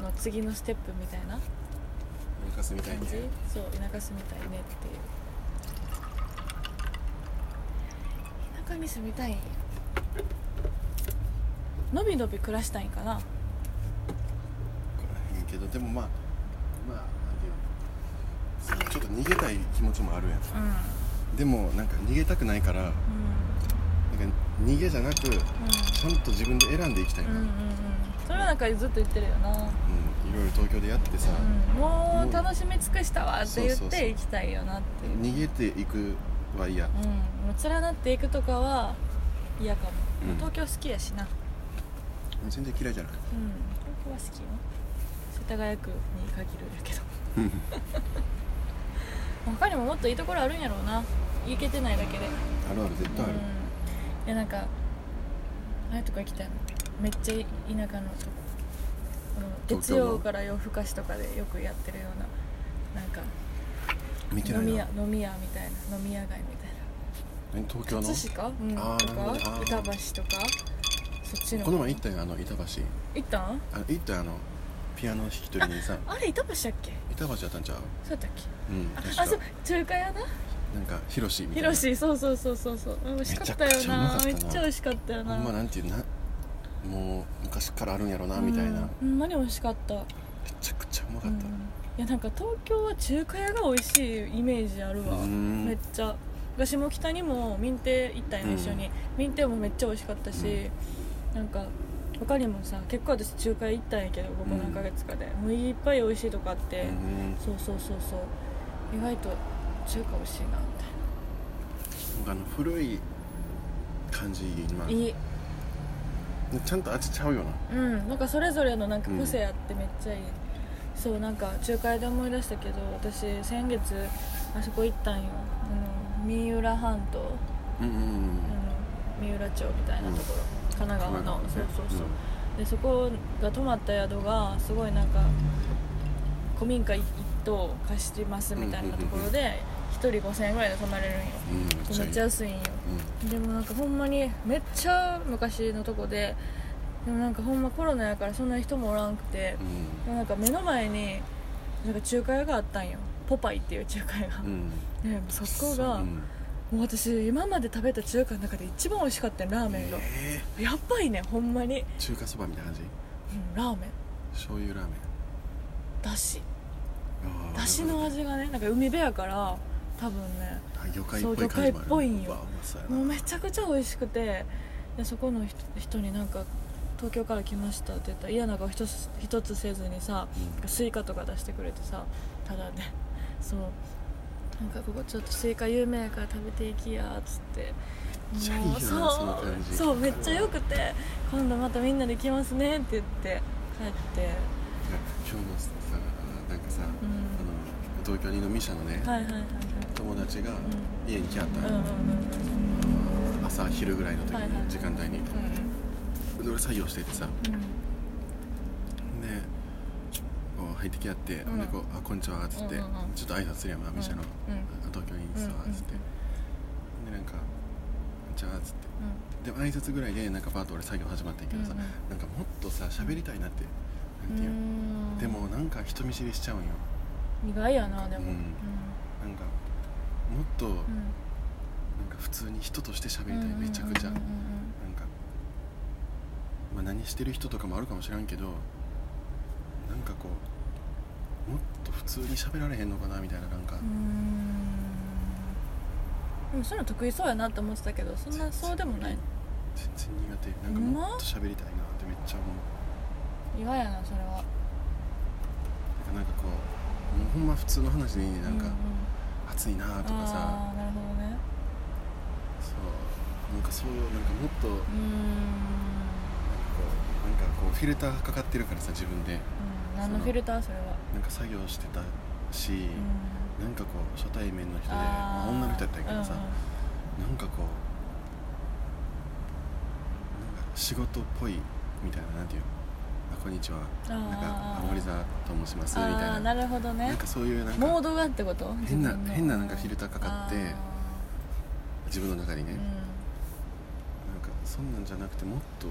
Speaker 2: の次のステップみたいな
Speaker 1: 生かすみたい
Speaker 2: 感
Speaker 1: ね
Speaker 2: じ、そう田舎住みたいねっていう田舎に住みたいのびのび暮らしたいんかな
Speaker 1: ここらへんけどでもまあまあなんていうのそのちょっと逃げたい気持ちもあるやん
Speaker 2: うんうん
Speaker 1: でもなんか逃げたくないからなんか逃げじゃなくちゃんと自分で選んでいきたいな、
Speaker 2: うんうん
Speaker 1: う
Speaker 2: うんんうんそれはなんかずっと言ってるよな、
Speaker 1: いろいろ東京でやってさ、
Speaker 2: うん、もう楽しみ尽くしたわって言っ
Speaker 1: そうそうそう
Speaker 2: て行きたいよなっていう
Speaker 1: 逃げていくは嫌
Speaker 2: うんもう連なっていくとかは嫌かも、
Speaker 1: うん
Speaker 2: 東京好きやしな
Speaker 1: 全然嫌いじゃない
Speaker 2: うん東京は好きよ世田谷区に限るんやけど他にももっといいところあるんやろうな行けてないだけで
Speaker 1: あるある絶対ある、
Speaker 2: うんいやなんかああいうとこ行きたいのめっちゃ田舎のとこあの
Speaker 1: 東
Speaker 2: 月
Speaker 1: 京の
Speaker 2: 曜から夜更かしとかでよくやってるようななんか
Speaker 1: 見てな
Speaker 2: 飲
Speaker 1: い
Speaker 2: み
Speaker 1: な
Speaker 2: 屋飲み屋みたいな飲み屋街みたいな
Speaker 1: 何東京の
Speaker 2: 葛飾、うん、
Speaker 1: あー
Speaker 2: と
Speaker 1: な
Speaker 2: か
Speaker 1: るほど
Speaker 2: 板橋とかそっちの
Speaker 1: この前行ったよあの板橋
Speaker 2: 行ったん
Speaker 1: あの行ったよあのピアノ弾き取りにさ
Speaker 2: あれ板橋だっけ
Speaker 1: 板橋やったんちゃう
Speaker 2: そうだっけ
Speaker 1: うん
Speaker 2: あ
Speaker 1: 確か
Speaker 2: あそう中華屋だ
Speaker 1: なんかヒロシみた
Speaker 2: ヒ
Speaker 1: いな
Speaker 2: ロシそうそうそうそうそう美味しかったよなめ
Speaker 1: め
Speaker 2: っ
Speaker 1: ちゃくちゃうまかったな
Speaker 2: ちゃ美味しかったよ
Speaker 1: ほ
Speaker 2: なん
Speaker 1: まなんていうなもう昔からあるんやろなみたいな、
Speaker 2: うん
Speaker 1: め
Speaker 2: ほんまに美味しかった
Speaker 1: ちゃくちゃうまか
Speaker 2: う
Speaker 1: っ
Speaker 2: ん
Speaker 1: た、
Speaker 2: いやなんか東京は中華屋が美味しいイメージあるわ
Speaker 1: うん
Speaker 2: めっちゃ私も北にも民亭行ったよね
Speaker 1: うん
Speaker 2: 一緒に民亭もめっちゃ美味しかったしなんか他にもさ結構私中華屋行ったんやけどここ何ヶ月かでもういっぱい美味しいとこあって
Speaker 1: うん
Speaker 2: そうそうそうそう意外と中華美味しいなみたいな
Speaker 1: 僕あの古い感じ今
Speaker 2: いい
Speaker 1: ちゃんと味ちゃうよな
Speaker 2: うんなんかそれぞれのなんか個性あってめっちゃいい、そうなんか仲介で思い出したけど私先月あそこ行ったんよあの三浦半島
Speaker 1: うんうん
Speaker 2: あの三浦町みたいなところ、神奈川の、
Speaker 1: うん
Speaker 2: そうそうそう、でそこが泊まった宿がすごいなんか古民家一棟貸してますみたいなところで1人5000円ぐらいで泊まれるんよ
Speaker 1: うんうん
Speaker 2: めっちゃ安いんよでもなんかほんまにめっちゃ昔のとこででもなんかほんまコロナやからそんなに人もおらんくて
Speaker 1: うん
Speaker 2: でもなんか目の前になんか中華屋があったんよポパイっていう中華屋が
Speaker 1: うんう、ん
Speaker 2: でそこが、
Speaker 1: うん
Speaker 2: もう私今まで食べた中華の中で一番美味しかったよラーメンが、
Speaker 1: え
Speaker 2: やばいねほんまに、
Speaker 1: ー中華そばみたいな味
Speaker 2: うん、ラーメン
Speaker 1: 醤油ラーメン
Speaker 2: だし
Speaker 1: あー
Speaker 2: だしの味がねなんか海辺やから多分ね
Speaker 1: あ魚介っぽい感じもある
Speaker 2: そう魚介っぽいんよ
Speaker 1: うわうまそうやな
Speaker 2: もうめちゃくちゃ美味しくてでそこの人人になんか「東京から来ました」って言ったら嫌な顔一つ一つせずにさ
Speaker 1: う
Speaker 2: スイカとか出してくれてさただねそうなんかここちょっとスイカ有名やから食べていきやっつって
Speaker 1: めっちゃいいよ
Speaker 2: も
Speaker 1: な
Speaker 2: う
Speaker 1: その感じ
Speaker 2: そうめっちゃよくて今度またみんなで来ますねって言って帰って
Speaker 1: いや今日もさなんかさ、
Speaker 2: うん
Speaker 1: あの東京に飲み社のね、
Speaker 2: はいはいはいはい
Speaker 1: 友達が家に来はった
Speaker 2: うん
Speaker 1: の
Speaker 2: うんうん
Speaker 1: 朝昼ぐらいの時
Speaker 2: はいはい
Speaker 1: の時間帯に、で俺作業しててさで
Speaker 2: うんうん
Speaker 1: こう入ってきはって、
Speaker 2: うん
Speaker 1: でこうあ「こんにちは」っつって、
Speaker 2: うんうんうん
Speaker 1: ちょっと挨拶するやんな
Speaker 2: うん
Speaker 1: みしゃの、
Speaker 2: うん
Speaker 1: 東京にいいっすわ」っつって、でなんか「こんにちは」っつってでも挨拶ぐらいでなんかパーッと俺作業始まってんけどさ、
Speaker 2: うんうん
Speaker 1: なんかもっとさ喋りたいなって
Speaker 2: う
Speaker 1: なん
Speaker 2: ん
Speaker 1: ていうう、
Speaker 2: ん
Speaker 1: でもなんか人見知りしちゃうんよ
Speaker 2: 意外やなでも
Speaker 1: うんなんかもっとなん
Speaker 2: うん
Speaker 1: か普通に人として喋り
Speaker 2: うん
Speaker 1: たい、
Speaker 2: うんうん
Speaker 1: めちゃくちゃ、
Speaker 2: うんう
Speaker 1: なんか、
Speaker 2: ん
Speaker 1: まあ、何してる人とかもあるかもしらんけどなんかこうもっと普通に喋られへんのかなみたいななんか、
Speaker 2: うんでもそういうの得意そうやなって思ってたけどそんなそうでもない
Speaker 1: 全然苦手なんか
Speaker 2: ほんま
Speaker 1: もっと喋りたいなってめっちゃ思う
Speaker 2: 意外やなそれは
Speaker 1: なんかこうもうほんま普通の話でいいねなんか、
Speaker 2: うう
Speaker 1: 暑いなとかさ
Speaker 2: あーなるほどね
Speaker 1: そうなんかそういうなんかもっとこう
Speaker 2: うー
Speaker 1: な
Speaker 2: ん
Speaker 1: んかこうフィルターかかってるからさ自分で
Speaker 2: うん何のフィルターそれは
Speaker 1: なんか作業してたし、
Speaker 2: うん
Speaker 1: なんかこう初対面の人でまあ、
Speaker 2: あー
Speaker 1: 女の人やったんやけどさ、
Speaker 2: うんう
Speaker 1: なん
Speaker 2: ん
Speaker 1: かこうなんか仕事っぽいみたいななんていうのあこんにちは
Speaker 2: あー
Speaker 1: なんか青森沢と申しますみたい
Speaker 2: あ
Speaker 1: な
Speaker 2: あなるほど
Speaker 1: な
Speaker 2: ね
Speaker 1: んかそういうなん
Speaker 2: モ
Speaker 1: か
Speaker 2: ードがってこと
Speaker 1: 変な
Speaker 2: 自分の
Speaker 1: 変ななんかフィルターかかって
Speaker 2: あ
Speaker 1: 自分の中にね、
Speaker 2: ーうん
Speaker 1: なんかそんなんじゃなくてもっと
Speaker 2: う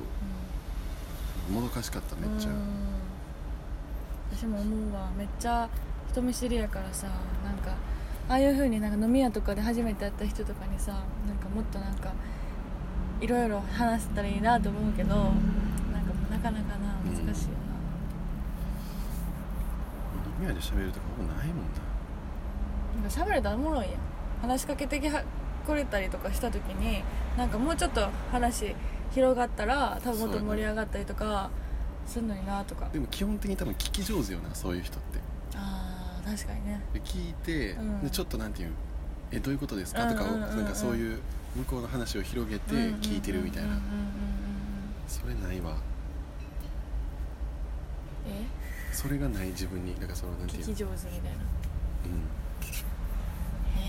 Speaker 1: もどかしかっため
Speaker 2: ん
Speaker 1: っちゃ、
Speaker 2: うん私も思うわめっちゃ人見知りやからさなんかああいう風になんか飲み屋とかで初めて会った人とかにさなんかもっとなんかいろいろ話せたらいいなと思うけどなんかなかなかな難しいよな、
Speaker 1: 飲み屋で喋るとかほぼないもんな
Speaker 2: なんか喋れたらおもろいやん話しかけてきはくれたりとかした時になんかもうちょっと話広がったら多分もっと盛り上がったりとかするのになとか、
Speaker 1: でも基本的に多分聞き上手よなそういう人って
Speaker 2: あー確かにね
Speaker 1: で聞いて、
Speaker 2: うん
Speaker 1: でちょっとなんていう「えどういうことですか?」とかを、
Speaker 2: うんうんうんうん
Speaker 1: なんかそういう向こうの話を広げて聞いてるみたいな、
Speaker 2: うんうんうんうんうん
Speaker 1: それないわ
Speaker 2: うんうんえ
Speaker 1: それがない自分になんかそのなんてい
Speaker 2: 聞
Speaker 1: う
Speaker 2: き上手みたいな
Speaker 1: う
Speaker 2: え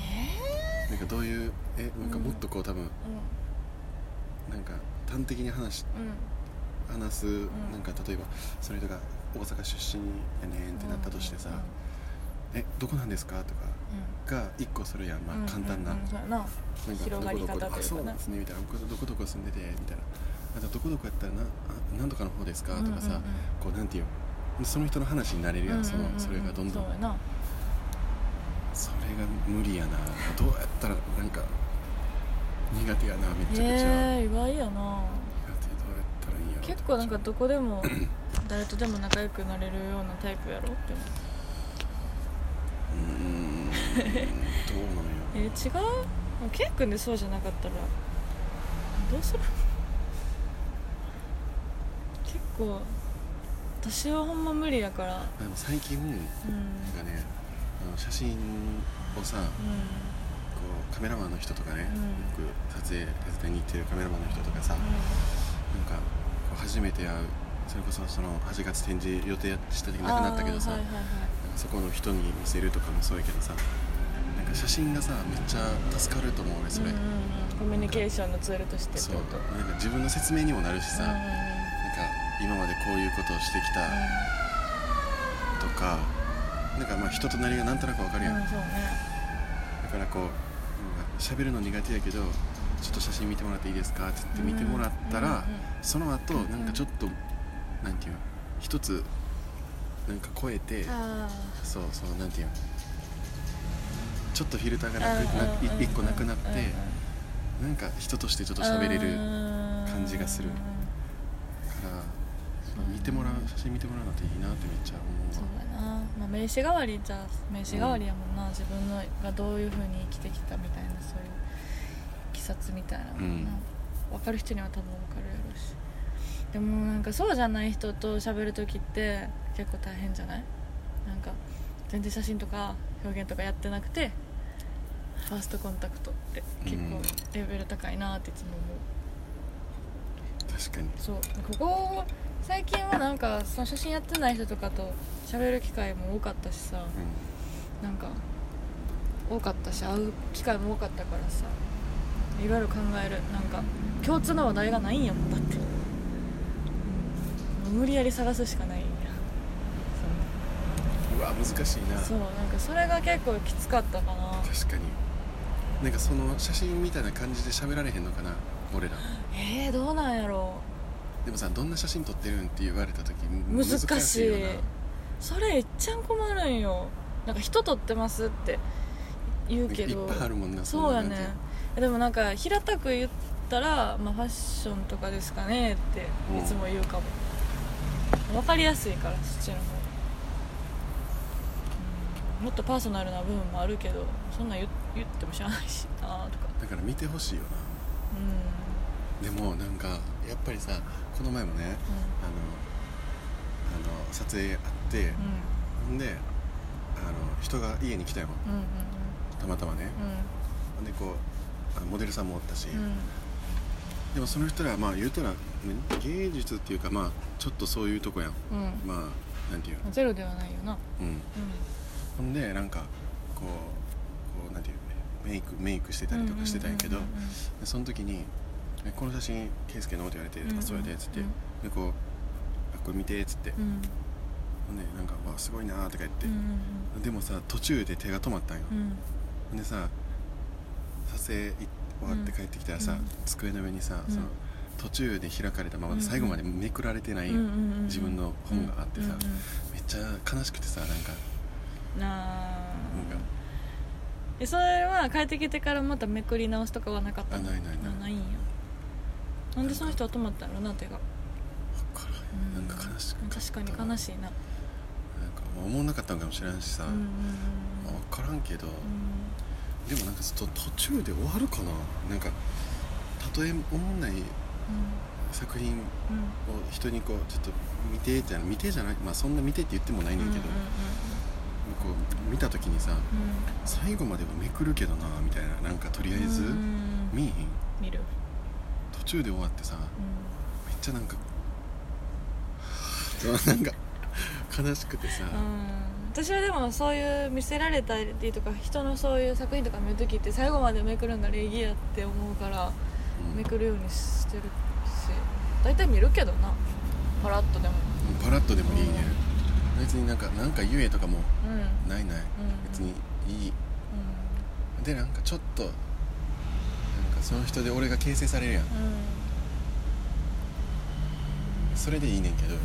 Speaker 1: ん、なんかどういうえなんかもっとこう多分
Speaker 2: ー、う
Speaker 1: なんか端的に話し
Speaker 2: んうん
Speaker 1: 話す、
Speaker 2: ん
Speaker 1: なんか例えばそれとか大阪出身やねんってなったとしてさ「
Speaker 2: うんうん
Speaker 1: えどこなんですか?」とかが一個それやんま
Speaker 2: うん
Speaker 1: あ簡単な、
Speaker 2: うんうんうんそうやな
Speaker 1: なんか
Speaker 2: 広がり
Speaker 1: どこど
Speaker 2: 方
Speaker 1: ことあ
Speaker 2: いうかな
Speaker 1: そうなんですねみたいな僕どこどこ住んでてみたいなあとどこどこやったらなあなんとかの方ですかとかさ、
Speaker 2: うん
Speaker 1: こ
Speaker 2: うん
Speaker 1: うなんていうのその人の話になれるやん,、
Speaker 2: うん
Speaker 1: そ
Speaker 2: うんうんう
Speaker 1: の
Speaker 2: ん
Speaker 1: それがどんどん
Speaker 2: そうやな
Speaker 1: それが無理やなどうやったらなんか苦手やなめちゃくちゃ、
Speaker 2: えー、意外やな
Speaker 1: 苦手どうやったらいいんやろ
Speaker 2: 結構なんかどこでも誰とでも仲良くなれるようなタイプやろでも
Speaker 1: うーんどうなんよ
Speaker 2: えー、違うケイ君でそうじゃなかったらどうする結構私はほんま無理やから
Speaker 1: でも最近なん
Speaker 2: うんうん
Speaker 1: かねあの写真をさこうカメラマンの人とかね、
Speaker 2: う
Speaker 1: よく撮影手伝いに行ってるカメラマンの人とかさ、なんかこう初めて会うそれこそその8月展示予定した時
Speaker 2: うん
Speaker 1: なくなったけどさ、
Speaker 2: あーはいはいはい
Speaker 1: なんかそこの人に見せるとかもそうやけどさなんか写真がさめっちゃ助かると思う俺それ、
Speaker 2: うんうんうん、コミュニケーションのツールとしてって
Speaker 1: そう
Speaker 2: こと
Speaker 1: なんか自分の説明にもなるしさ、
Speaker 2: うんう
Speaker 1: な
Speaker 2: ん
Speaker 1: んか今までこういうことをしてきたとか、なんかまあ人となりがなんとなくわかるやん、
Speaker 2: うんう
Speaker 1: だ
Speaker 2: んそうね
Speaker 1: からこうなんか喋るの苦手やけどちょっと写真見てもらっていいですかって言って見てもらったら、
Speaker 2: うんうん
Speaker 1: その後
Speaker 2: うんうん
Speaker 1: なんかちょっと、なんていうの一つなんか超えて
Speaker 2: あ
Speaker 1: そうそうなんていうのちょっとフィルター
Speaker 2: ー
Speaker 1: がなくな
Speaker 2: うんうんうんうん
Speaker 1: 一個なくなって
Speaker 2: うんう
Speaker 1: な
Speaker 2: ん
Speaker 1: んか人としてちょっと喋れるか感じがする
Speaker 2: うんうんうん
Speaker 1: ら見てもらう写真見てもらうのっていいなってめっちゃ
Speaker 2: そう
Speaker 1: 思うわ
Speaker 2: だな、まあ、名刺代わりじゃ名刺代わりやもんな、自分のがどういうふうに生きてきたみたいなそういういきさつみたいな、
Speaker 1: うん
Speaker 2: 分かる人には多分分かるやろうしでもなんかそうじゃない人と喋る時って結構大変じゃないなんか全然写真とか表現とかやってなくてファーストコンタクトって結構
Speaker 1: うん
Speaker 2: レベル高いなっていつも思う、
Speaker 1: 確かに
Speaker 2: そうここ最近はなんかその写真やってない人とかと喋る機会も多かったしさ
Speaker 1: う
Speaker 2: なんか多かったし会う機会も多かったからさいろいろ考えるなんか共通の話題がないんやもんだって、うん無理やり探すしかないんや
Speaker 1: んうわ難しいな
Speaker 2: そうそうなんかそれが結構きつかったかな
Speaker 1: 確かになんかその写真みたいな感じで喋られへんのかな俺ら
Speaker 2: えー、どうなんやろ
Speaker 1: でもさどんな写真撮ってるんって言われた時
Speaker 2: う
Speaker 1: む
Speaker 2: 難しい
Speaker 1: よな
Speaker 2: それいっちゃん困るんよなんか人撮ってますって言うけど
Speaker 1: いっぱいあるもんな
Speaker 2: そうや
Speaker 1: んな
Speaker 2: ね
Speaker 1: なんてい
Speaker 2: でもなんか平たく言ったら、まあ、ファッションとかですかねっていつも言うかも、分かりやすいからそっちの方、うん、もっとパーソナルな部分もあるけどそんなん言言ってもしゃあないしなとか
Speaker 1: だから見てほしいよな
Speaker 2: うん
Speaker 1: でもなんかやっぱりさこの前もねあのあの撮影あって
Speaker 2: うん
Speaker 1: んであの人が家に来たよ
Speaker 2: うんうん
Speaker 1: たまたまね
Speaker 2: うん
Speaker 1: んでこうあのモデルさんもおったし、
Speaker 2: うんうん
Speaker 1: でもその人らまあ言うたらね芸術っていうかまあちょっとそういうとこやん
Speaker 2: うんうん
Speaker 1: まあなんていうの
Speaker 2: まあゼロではないよな
Speaker 1: うん
Speaker 2: う
Speaker 1: ほんでなんかこうこうなんていうのねメイクメイクしてた
Speaker 2: ん
Speaker 1: りとかしてたんやけど、
Speaker 2: うんうんうんうん
Speaker 1: でその時に「えこの写真圭介の?」って言われて「
Speaker 2: うんうん
Speaker 1: そうやで」っつって、
Speaker 2: うん
Speaker 1: でこうあ「これ見て」っつって、
Speaker 2: うん
Speaker 1: ほんでなんか「わすごいな」とか言って、
Speaker 2: うん
Speaker 1: でもさ途中で手が止まったんよ、
Speaker 2: うんうん
Speaker 1: ほんでさ撮影い終わって帰ってきたらさ、
Speaker 2: うん
Speaker 1: 机の上にさ、
Speaker 2: うん
Speaker 1: その途中で開かれたまま
Speaker 2: うん
Speaker 1: で最後までめくられてない、
Speaker 2: うんうんうんうん
Speaker 1: 自分の本があってさ
Speaker 2: うんうんうん
Speaker 1: めっちゃ悲しくてさなんか
Speaker 2: な
Speaker 1: なんか
Speaker 2: えそれは帰ってきてからまためくり直すとかはなかったの
Speaker 1: あないないない
Speaker 2: あないんやなんでその人は止まったんやろな手が
Speaker 1: 分からへんなんか悲しく
Speaker 2: うん確かに悲しいな
Speaker 1: なんかまあ思わなかったんかもしれんしさ、
Speaker 2: うんうん
Speaker 1: まあ、分からんけど、
Speaker 2: う
Speaker 1: でもなんかちょっと途中で終わるかななんかたとえ思んない作品を
Speaker 2: んうんうん
Speaker 1: 人にこうちょっと見てって見てじゃないまあそんな見てって言ってもないねんけど、
Speaker 2: うんうん
Speaker 1: こう見た時にさ
Speaker 2: うんうん
Speaker 1: 最後まではめくるけどなみたいななんかとりあえず、
Speaker 2: うん
Speaker 1: 見えへん
Speaker 2: 見る、
Speaker 1: 途中で終わってさ
Speaker 2: う
Speaker 1: めっちゃなんか *laughs* なんか悲しくてさ、
Speaker 2: ん私はでもそういう見せられたりとか人のそういう作品とか見るときって最後までめくるんが礼儀やって思うから
Speaker 1: うん
Speaker 2: めくるようにしてるし大体見るけどなパラッとでも
Speaker 1: うんパラッとでもいいね、別になんかなんか言えとかも
Speaker 2: うんうん
Speaker 1: ないない、
Speaker 2: うん
Speaker 1: 別にいいでなんかちょっとなんかその人で俺が形成されるやん
Speaker 2: うん
Speaker 1: それでいいねんけど、な
Speaker 2: う
Speaker 1: ん
Speaker 2: ん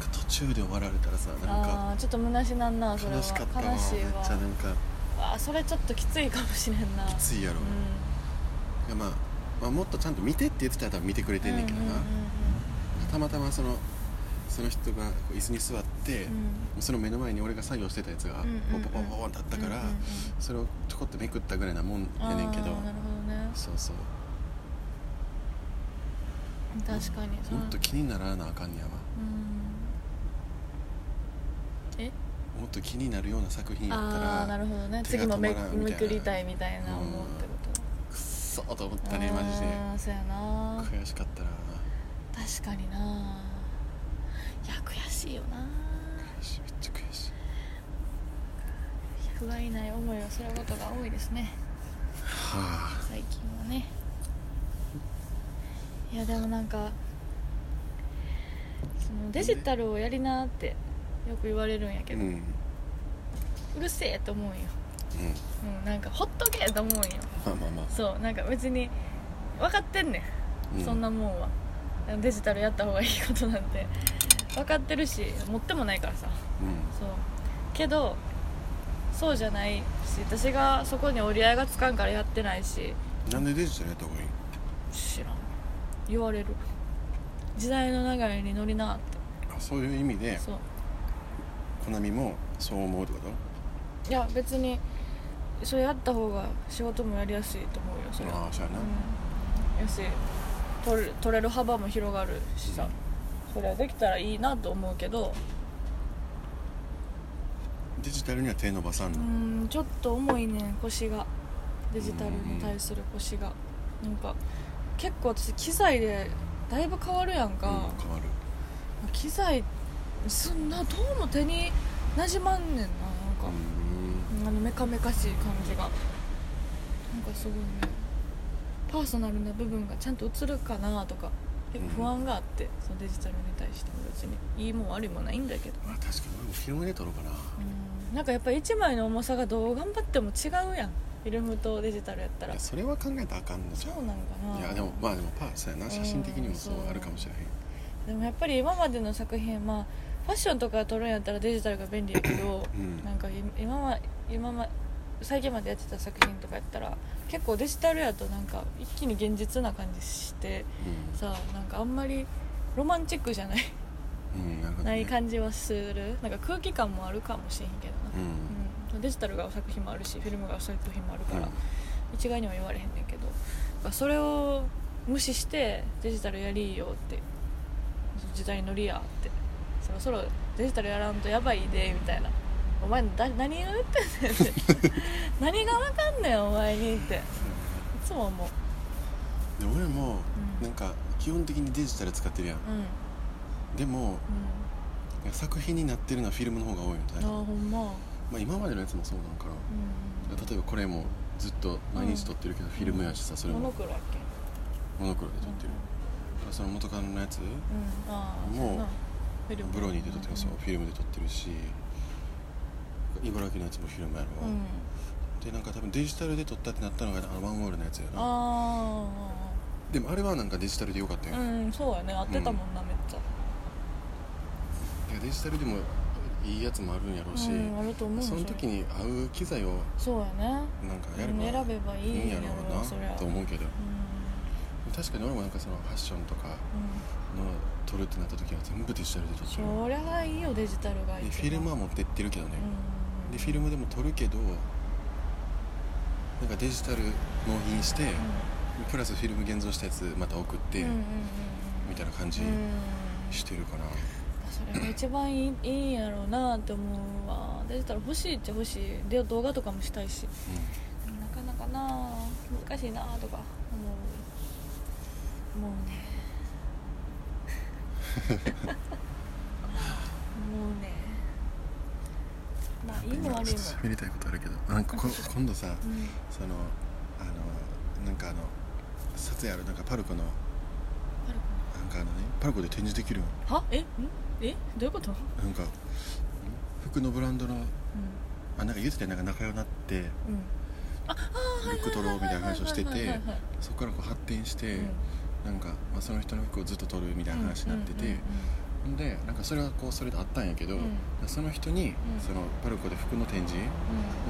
Speaker 1: か途中で終わられたらさなん
Speaker 2: あ
Speaker 1: か
Speaker 2: あちょっと虚しなんなそれは
Speaker 1: 悲しかったわ
Speaker 2: 悲しい
Speaker 1: めっちゃな
Speaker 2: わ
Speaker 1: んか
Speaker 2: わあそれちょっときついかもしれんな
Speaker 1: きついやろ、
Speaker 2: うん
Speaker 1: いやまあ、まあもっとちゃんと見てって言ってたら多分見てくれてんねんけどな、
Speaker 2: うん
Speaker 1: たまたまそのその人がこう椅子に座って、
Speaker 2: うんうん
Speaker 1: その目の前に俺が作業してたやつが
Speaker 2: うんうんうん
Speaker 1: ポンポンポンポンだったから、
Speaker 2: うんうんうん
Speaker 1: それをちょこっとめくったぐらいなもんやねんけど
Speaker 2: あーなるほどね
Speaker 1: そうそう
Speaker 2: 確かにその
Speaker 1: もっと気にならなあかんねやわ
Speaker 2: うんえ
Speaker 1: もっと気になるような作品やった
Speaker 2: ああーな
Speaker 1: ら
Speaker 2: るほどね
Speaker 1: 手が
Speaker 2: 次もめ
Speaker 1: 止まらんみたい
Speaker 2: め
Speaker 1: な
Speaker 2: くりたいみたいな思うってこと
Speaker 1: くっそーと思ったねマジで
Speaker 2: あーそうやな
Speaker 1: 悔しかったな
Speaker 2: 確かにないや悔しいよな
Speaker 1: 悔しいめっちゃ悔しい
Speaker 2: 不甲斐ない思いをすることが多いですね
Speaker 1: はあ
Speaker 2: 最近はねいやでもなんかそのデジタルをやりなーってよく言われるんやけ
Speaker 1: うん
Speaker 2: ど、
Speaker 1: う
Speaker 2: うんるせえと思うんよ、うん、なんかほっとけと思うんよ
Speaker 1: まあまあまあ
Speaker 2: そうなんか別に分かってんねん、
Speaker 1: うん
Speaker 2: そんなもんはデジタルやった方がいいことなんて分かってるし持ってもないからさ
Speaker 1: うん
Speaker 2: そうけどそうじゃないし私がそこに折り合いがつかんからやってないし
Speaker 1: なんでデジタルやった方がいい
Speaker 2: 知らん言われる時代の流れに乗りなっ
Speaker 1: あそういう意味
Speaker 2: て
Speaker 1: で
Speaker 2: そう
Speaker 1: コナミもそう思うってこと
Speaker 2: いや別にそれやった方が仕事もやりやすいと思うよそれは
Speaker 1: ああそうやな、
Speaker 2: うん、やし取れ取れる幅も広がるしさそれはできたらいいなと思うけど
Speaker 1: デジタルには手伸ばさん
Speaker 2: う
Speaker 1: の、
Speaker 2: んちょっと重いね腰がデジタルに対する腰がなんか結構私機材でだいぶ変わるやん
Speaker 1: うん
Speaker 2: か、
Speaker 1: 変わる
Speaker 2: 機材そんなどうも手になじまんねんななんか、
Speaker 1: う
Speaker 2: あのメカメカしい感じがなんかすごいねパーソナルな部分がちゃんと映るかなとか結構不安があって、そのデジタルに対しても別にいいも悪いもないんだけど
Speaker 1: んまあ確かに俺もフィルムで撮ろうかな
Speaker 2: うんなんかやっぱり1枚の重さがどう頑張っても違うやんフィルムとデジタルやった
Speaker 1: い
Speaker 2: ら
Speaker 1: やそれは考えたらあかんのじ
Speaker 2: そ
Speaker 1: ゃ
Speaker 2: うなんかなん
Speaker 1: いやでもまあでもパーツやな写真的にもそうあるかもしれへん
Speaker 2: でもやっぱり今までの作品まあファッションとか撮るんやったらデジタルが便利やけど、
Speaker 1: うん
Speaker 2: なんかい今ま今ま最近までやってた作品とかやったら結構デジタルやとなんか一気に現実な感じして
Speaker 1: う
Speaker 2: さなんかあんまりロマンチックじゃない
Speaker 1: ん、うん、なるほど、ね、
Speaker 2: ない感じはするなんか空気感もあるかもしれへんけどな
Speaker 1: う、ん、
Speaker 2: うんデジタルが作品もあるしフィルムが作品もあるから、
Speaker 1: うん
Speaker 2: 一概には言われへんねんけどだからそれを無視してデジタルやりよって時代に乗りやってそろそろデジタルやらんとやばいでみたいなお前だ何が言ってん *laughs* ねんって何がわかんねんお前にっていつも思う
Speaker 1: で俺も
Speaker 2: うん
Speaker 1: なんか基本的にデジタル使ってるやん
Speaker 2: うんうん
Speaker 1: でも作品になってるのはフィルムの方が多いみたいな、
Speaker 2: ああほんまうん
Speaker 1: まあ、今までのやつもそうなんかな例えばこれもずっと毎日撮ってるけどフィルムやしさそれ
Speaker 2: モノ
Speaker 1: も
Speaker 2: クロやっけ
Speaker 1: モノクロで撮ってるだからその元カノのやつ
Speaker 2: うんああ
Speaker 1: もう
Speaker 2: フィルム
Speaker 1: ブロニーで撮ってるそうフィルムで撮ってるし茨城のやつもフィルムやろ、
Speaker 2: うん
Speaker 1: でなんか多分デジタルで撮ったってなったのがあのワンオールのやつやな
Speaker 2: ああ
Speaker 1: でもあれはなんかデジタルでよかったよ、
Speaker 2: うんそうやね合ってたもんな、めっちゃ
Speaker 1: いややデジタルでもいいやつもあるんやろうし、
Speaker 2: うんあると思う
Speaker 1: その時に合う機材を
Speaker 2: そうやね
Speaker 1: なんかやれ
Speaker 2: うん
Speaker 1: ば
Speaker 2: 選べばいい
Speaker 1: いいんやろうな
Speaker 2: そりゃ
Speaker 1: と思うけど
Speaker 2: うん
Speaker 1: 確かに俺もなんかそのファッションとかの
Speaker 2: う
Speaker 1: 撮るってなった時は全部デジタルで撮って
Speaker 2: ん
Speaker 1: る
Speaker 2: そりゃいいよデジタルがいい
Speaker 1: でフィルムは持ってってるけどね、
Speaker 2: うん
Speaker 1: でフィルムでも撮るけどなんかデジタル納品して、プラスフィルム現像したやつまた送って、
Speaker 2: うんうんうん
Speaker 1: みたいな感じ
Speaker 2: うんうん
Speaker 1: してるかな、
Speaker 2: それが一番いいいいんやろうなって思うわデジタル欲しいっちゃ欲しいで動画とかもしたいしでもなかなかな難しいなとか思うもうねもうねまあいい
Speaker 1: うん、
Speaker 2: も悪い
Speaker 1: ちょ
Speaker 2: も
Speaker 1: っと喋りたいことあるけどなんかこ今度さ
Speaker 2: うん
Speaker 1: そのあのなんかあの撮影あるなんかパルコの
Speaker 2: あるか
Speaker 1: なんかあのねパルコで展示できるよ
Speaker 2: なはえんえどういうこと、うん、
Speaker 1: なんかん服のブランドのあなんか言ってたよなんか仲良くなって
Speaker 2: うん
Speaker 1: ルック取ろうみたいな話をして
Speaker 2: はいはいはい
Speaker 1: て
Speaker 2: はいはい
Speaker 1: そこからこう発展して、
Speaker 2: うん
Speaker 1: なんか、まあ、その人の服をずっと取るみたいな話になってて、
Speaker 2: うんうん
Speaker 1: んでなんかそれはこうそれであったんやけど、
Speaker 2: うん
Speaker 1: その人に、
Speaker 2: うん
Speaker 1: そのパルコで服の展示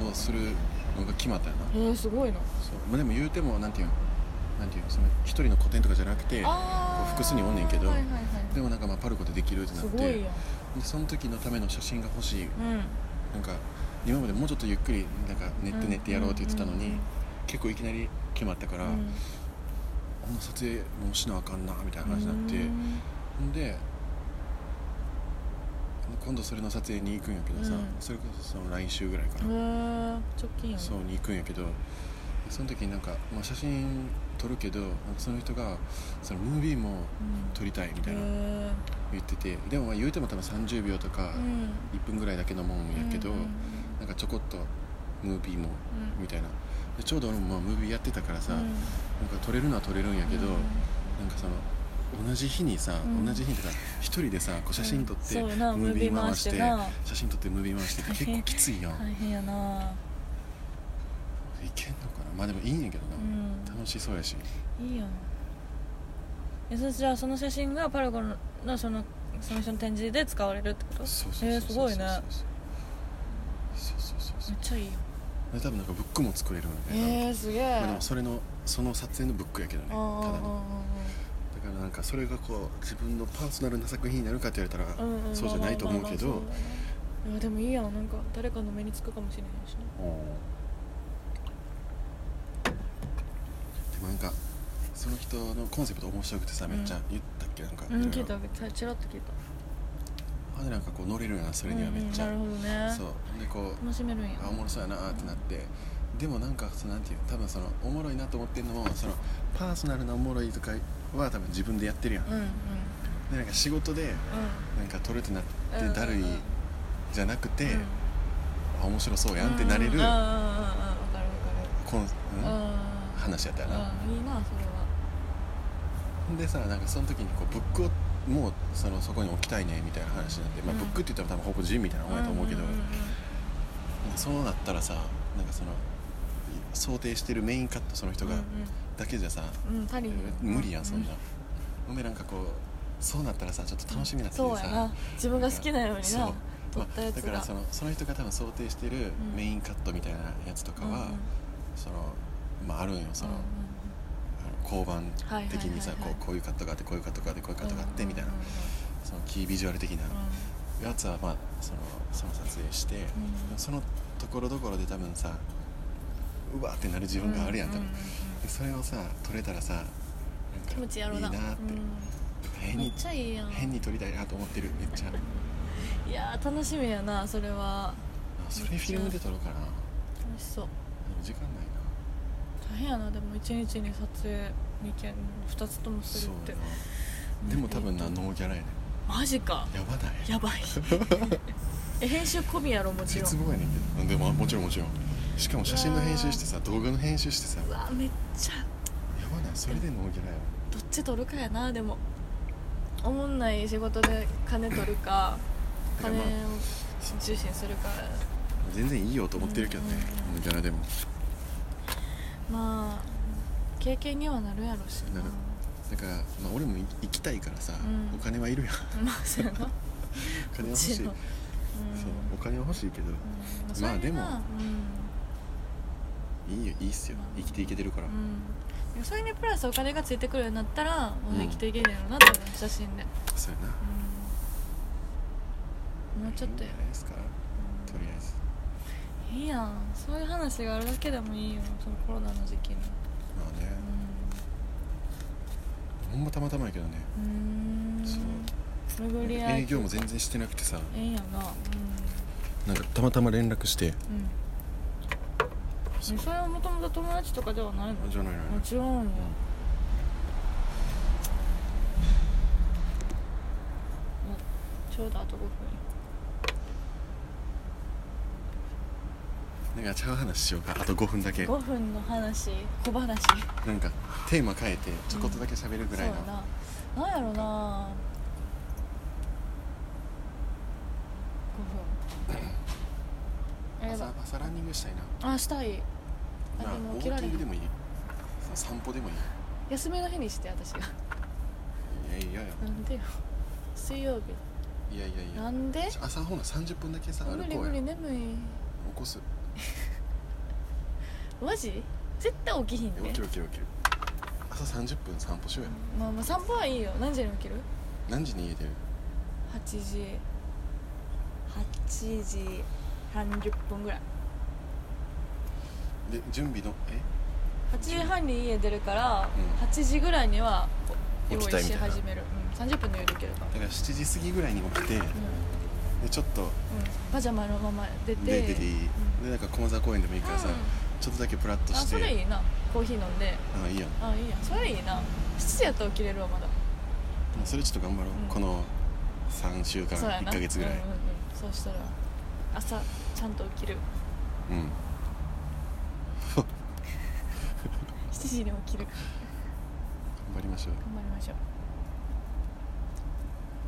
Speaker 1: をするのが決まったよな、
Speaker 2: うんうんうんえー、すごいな
Speaker 1: そうまあ、でも言うてもなんていうのなんていうのその一人の個展とかじゃなくて
Speaker 2: あ
Speaker 1: こ
Speaker 2: ー
Speaker 1: う複数におんねんけど
Speaker 2: はいはいはい
Speaker 1: でもなんかまあパルコでできるってなっ
Speaker 2: す
Speaker 1: て
Speaker 2: ごい
Speaker 1: で
Speaker 2: や
Speaker 1: その時のための写真が欲しい
Speaker 2: んうん
Speaker 1: なんか今までもうちょっとゆっくりなんか寝て寝てやろうって言ってたのに、
Speaker 2: うんうんうん
Speaker 1: 結構いきなり決まったから、
Speaker 2: う
Speaker 1: こ
Speaker 2: ん
Speaker 1: んな撮影もうしなあかんなみたいな話になって、
Speaker 2: うん
Speaker 1: んで今度それの撮影に行くんやけどさ、
Speaker 2: うん
Speaker 1: それこそその来週ぐらいか
Speaker 2: へ
Speaker 1: な、
Speaker 2: ー直近やね
Speaker 1: そうに行くんやけどその時になんか、まあ、写真撮るけどなんかその人がそのムービーも
Speaker 2: うん
Speaker 1: 撮りたいみたいな
Speaker 2: へ
Speaker 1: 言っててでもまあ言うても多分30秒とか
Speaker 2: ーうん
Speaker 1: 1分ぐらいだけのもんやけど、
Speaker 2: うんうん
Speaker 1: なんかちょこっとムービーも
Speaker 2: うん
Speaker 1: みたいなでちょうど俺もまあムービーやってたからさ、
Speaker 2: うん
Speaker 1: なんか撮れるのは撮れるんやけど、
Speaker 2: うん
Speaker 1: なんかその同じ日にさ、
Speaker 2: うん
Speaker 1: 同じ日にとか一人でさこう写真撮って、
Speaker 2: うんそうやな
Speaker 1: ムービー回して
Speaker 2: ムービー回してな
Speaker 1: 写真撮ってムービー回
Speaker 2: *laughs*
Speaker 1: してって結構きついやん、
Speaker 2: 大変やない
Speaker 1: けんのかなまあでもいいんやけどな、
Speaker 2: うん
Speaker 1: 楽しそうやし
Speaker 2: いいやんえそじゃあその写真がパラゴンのそのその人の展示で使われるってこと
Speaker 1: そうそう
Speaker 2: え
Speaker 1: そう
Speaker 2: ーすごいね
Speaker 1: そうそうそうそ
Speaker 2: め
Speaker 1: う
Speaker 2: っちゃいいよ
Speaker 1: で多分なんかブックも作れるんやね、
Speaker 2: えー、すげ
Speaker 1: ま
Speaker 2: え
Speaker 1: あでもそれのその撮影のブックやけどね
Speaker 2: あ
Speaker 1: ただ
Speaker 2: ー
Speaker 1: のだからなんかそれがこう自分のパーソナルな作品になるかって言われたら、
Speaker 2: んんん
Speaker 1: そうじゃないと思うけど、
Speaker 2: まあまあまあそうだねいやでもいいやんなんか誰かの目につくかもしれないしね
Speaker 1: でもなんかその人のコンセプト面白くてさ、
Speaker 2: うん
Speaker 1: めっちゃ言ったっけなんか、い
Speaker 2: う
Speaker 1: ろい
Speaker 2: ん
Speaker 1: ろ
Speaker 2: 聞いたちチラッと聞いた
Speaker 1: あでなんかこう乗れるようなそれにはめっちゃ、
Speaker 2: うんうんなるほどね
Speaker 1: そうでこう
Speaker 2: 楽しめるんや
Speaker 1: あおもろそうやなーってなってでもなんかそのなんていう多分そのおもろいなと思ってんのもそのパーソナルなおもろいとかは多分自分でやってるやん、
Speaker 2: うんうんうん
Speaker 1: でなんか仕事でなんか撮るってなってだるいじゃなくて、
Speaker 2: うん
Speaker 1: あ面白そうやんってなれる、
Speaker 2: うんうんうんうんわかる
Speaker 1: こん
Speaker 2: わ
Speaker 1: うん
Speaker 2: かる
Speaker 1: 話やったよな、
Speaker 2: うんうんいいなそれは
Speaker 1: でさなんかその時にこうブックをもうそのそこに置きたいねみたいな話になって、まあ、
Speaker 2: うん
Speaker 1: ブックって言ったら多分ほぼジンみたいなもんやと思うけど、
Speaker 2: んんんん
Speaker 1: なんかそうなったらさなんかその想定してるメインカットその人が
Speaker 2: うん
Speaker 1: だけじゃさ、
Speaker 2: うんうん足りん
Speaker 1: 無理やんそんな
Speaker 2: う、
Speaker 1: おめえなんかこうそうなったらさちょっと楽しみになってき
Speaker 2: そう
Speaker 1: て
Speaker 2: や
Speaker 1: さ
Speaker 2: な自分が好きなように
Speaker 1: そう
Speaker 2: な撮ったやつ
Speaker 1: まあ、だから
Speaker 2: が
Speaker 1: そのその人が多分想定してる
Speaker 2: うん
Speaker 1: メインカットみたいなやつとかは、
Speaker 2: うんうん
Speaker 1: そのまああるんよその、
Speaker 2: うんうん
Speaker 1: あの交番的にさ
Speaker 2: はいはい
Speaker 1: こ
Speaker 2: はいはいう
Speaker 1: こういうカットがあってこういうカットがあってこういうカットがあってみたいな
Speaker 2: うんうんうん
Speaker 1: そのキービジュアル的なやつはまあそのその撮影して、
Speaker 2: うん
Speaker 1: そのところどころで多分さうわーってなる自分があるやん多分、
Speaker 2: ううう
Speaker 1: でそれをさ撮れたらさなんか
Speaker 2: 気持ちやろうない
Speaker 1: いなーって、
Speaker 2: う
Speaker 1: 変
Speaker 2: んめっ
Speaker 1: に
Speaker 2: ちゃいいやん
Speaker 1: 変に撮りたいなと思ってるめっちゃ
Speaker 2: いやー楽しみやなそれは
Speaker 1: あそれフィルムで撮ろうかなでも
Speaker 2: 楽しそう
Speaker 1: 時間ないな
Speaker 2: 大変やなでも一日に撮影2件2つともす
Speaker 1: そ
Speaker 2: る
Speaker 1: う
Speaker 2: って
Speaker 1: やなでも多分なノーギャラやね
Speaker 2: マジか
Speaker 1: やばない *laughs*
Speaker 2: やばいえ編集込みやろもちろん
Speaker 1: 絶望やねんけどでももちろんもちろんしかも写真の編集してさ動画の編集してさや
Speaker 2: うわめっちゃ
Speaker 1: ばないそれでノーギャラやわ
Speaker 2: どっち取るかやなでもおもんない仕事で金取るか
Speaker 1: *laughs* いや
Speaker 2: 金を
Speaker 1: まあ
Speaker 2: 重視にするか
Speaker 1: 全然いいよと思ってるけどね
Speaker 2: うん
Speaker 1: ノーギャラでも
Speaker 2: まあ経験にはなるやろし
Speaker 1: なるだから、まあ、俺もい行きたいからさ、
Speaker 2: うん
Speaker 1: お金はいるやん
Speaker 2: *laughs*
Speaker 1: *laughs*
Speaker 2: まあそうやな
Speaker 1: お金は欲しい
Speaker 2: ち
Speaker 1: そ
Speaker 2: ろ
Speaker 1: うんお金は欲しいけど
Speaker 2: うん
Speaker 1: まあ
Speaker 2: それが
Speaker 1: でもいいよいいっすよ生きていけてるから
Speaker 2: うん、うん、それにプラスお金がついてくるようになったらもう生きていけるんやろうな多分写真で、
Speaker 1: そうやな
Speaker 2: うん、もうちょっと
Speaker 1: いい
Speaker 2: や
Speaker 1: んじゃないですかとりあえず
Speaker 2: いいやんそういう話があるだけでもいいよそのコロナの時期に
Speaker 1: まあねほんまたまたまやけどね
Speaker 2: うんうーん
Speaker 1: そ
Speaker 2: 巡り合い
Speaker 1: 営業も全然してなくてさ
Speaker 2: ええや
Speaker 1: な
Speaker 2: な
Speaker 1: んかたまたま連絡して
Speaker 2: うん、うん
Speaker 1: そう
Speaker 2: それはもともと友達とかではないの
Speaker 1: じゃないの
Speaker 2: もちろんよ、おちょうどあと5分
Speaker 1: なんかちゃう話しようかあと5分だけ
Speaker 2: 5分の話小話
Speaker 1: なんかテーマ変えてちょこっとだけ喋るぐらい
Speaker 2: そうや
Speaker 1: な
Speaker 2: ななんやろな5分あや
Speaker 1: 朝
Speaker 2: ば
Speaker 1: 朝ランニングしたいな
Speaker 2: あしたいあ
Speaker 1: まあ
Speaker 2: でも
Speaker 1: ウォ
Speaker 2: 起きら
Speaker 1: ーキ
Speaker 2: れへ
Speaker 1: ングで
Speaker 2: ん
Speaker 1: もいいさ散歩でもいい
Speaker 2: 休みの日にして私が
Speaker 1: い
Speaker 2: *laughs*
Speaker 1: やいやいや
Speaker 2: なんでよ水曜日
Speaker 1: いやいやい
Speaker 2: な
Speaker 1: や
Speaker 2: んで
Speaker 1: 朝ほな30分だけさ歩
Speaker 2: 無理
Speaker 1: こう
Speaker 2: 無
Speaker 1: や
Speaker 2: 理
Speaker 1: 起
Speaker 2: 眠い
Speaker 1: こす
Speaker 2: マジ絶対起きひん
Speaker 1: いや起
Speaker 2: で
Speaker 1: きる起きる起きる朝30分散歩しようや
Speaker 2: まあまあ散歩はいいよ何時に起きる
Speaker 1: 何時に家出る
Speaker 2: ?8 時8時30分ぐらい
Speaker 1: で準備のえ
Speaker 2: 8時半に家出るから、
Speaker 1: う
Speaker 2: 8時ぐらいには用意
Speaker 1: 起きたいみ
Speaker 2: した
Speaker 1: いな
Speaker 2: 始める、うん、30分の用意できるから、
Speaker 1: だから7時過ぎぐらいに起きてで
Speaker 2: うん
Speaker 1: ちょっと
Speaker 2: うん、パジャマのまま出て
Speaker 1: で出ていい
Speaker 2: うん
Speaker 1: でなんか駒沢公園でもいいからさ
Speaker 2: うん
Speaker 1: ちょっとだけプラッと
Speaker 2: あ
Speaker 1: して
Speaker 2: それいいなコーヒー飲んで
Speaker 1: あいいやん
Speaker 2: あいいやんそれいいな7時やったら起きれるわまだ
Speaker 1: それちょっと頑張ろう
Speaker 2: うん
Speaker 1: この3週間
Speaker 2: そうや
Speaker 1: 1
Speaker 2: な
Speaker 1: ヶ月ぐらい
Speaker 2: うんうんうん、そうしたら朝ちゃんと起きる *laughs*
Speaker 1: うん
Speaker 2: 7時に起きる
Speaker 1: 頑張りましょう
Speaker 2: 頑張りましょう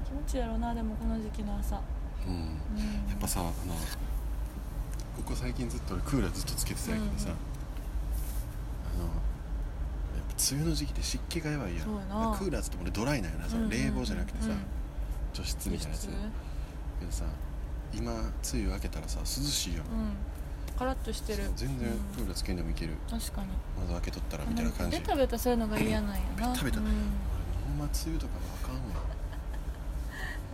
Speaker 2: 気持ちいいやろうなでもこの時期の朝、
Speaker 1: うん
Speaker 2: うん、
Speaker 1: やっぱさあのここ最近ずっと俺クーラーずっとつけてたんやけどさ、
Speaker 2: うん
Speaker 1: あのやっぱ梅雨の時期って湿気がやばいやん
Speaker 2: そうやな
Speaker 1: だからクーラーっつっても俺ドライなんやなその冷房じゃなくてさ、
Speaker 2: うん
Speaker 1: 除湿みたいなやつ
Speaker 2: うん
Speaker 1: けどさ今梅雨明けたらさ涼しいやん、
Speaker 2: うんカラッとしてる
Speaker 1: そう全然クーラーつけんでもいける、
Speaker 2: うん確かに
Speaker 1: 窓開けとったらみたいな感じ
Speaker 2: ベタベタそういうのが嫌なんやな
Speaker 1: ベタベタ
Speaker 2: うん、
Speaker 1: 俺ほんま梅雨とかもあかんわ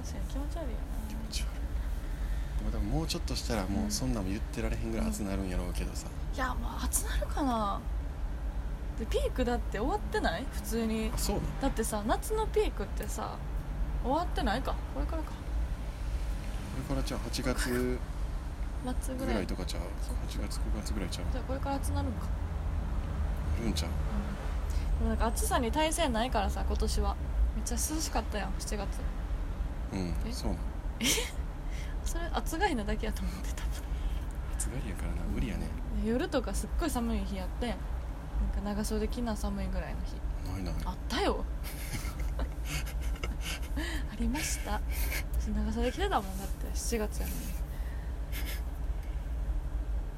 Speaker 2: 確かに気持ち悪いよ
Speaker 1: 気持ち悪いまあでももうちょっとしたらもうそんなんも言ってられへんぐらい暑なるんやろうけどさ、
Speaker 2: ないやもう暑なるかなでピークだって終わってない普通に
Speaker 1: あそうなん
Speaker 2: だってさ夏のピークってさ終わってないかこれからか
Speaker 1: これからじゃあ8月
Speaker 2: 末ぐ
Speaker 1: ぐ
Speaker 2: ら
Speaker 1: ら
Speaker 2: い
Speaker 1: いとかちゃう8月9月ぐらいちゃう
Speaker 2: じゃあこれから暑なるんか
Speaker 1: あるんちゃう
Speaker 2: でもなんか暑さに耐性ないからさ今年はめっちゃ涼しかったやん7月
Speaker 1: うん
Speaker 2: え
Speaker 1: そうなん
Speaker 2: それ暑がりなだけやと思ってた
Speaker 1: 暑がりやからな無理やね
Speaker 2: 夜とかすっごい寒い日やってんなんか長袖着な寒いぐらいの日
Speaker 1: ないない
Speaker 2: あったよ *laughs* ありました長袖着てたもんだって7月やのに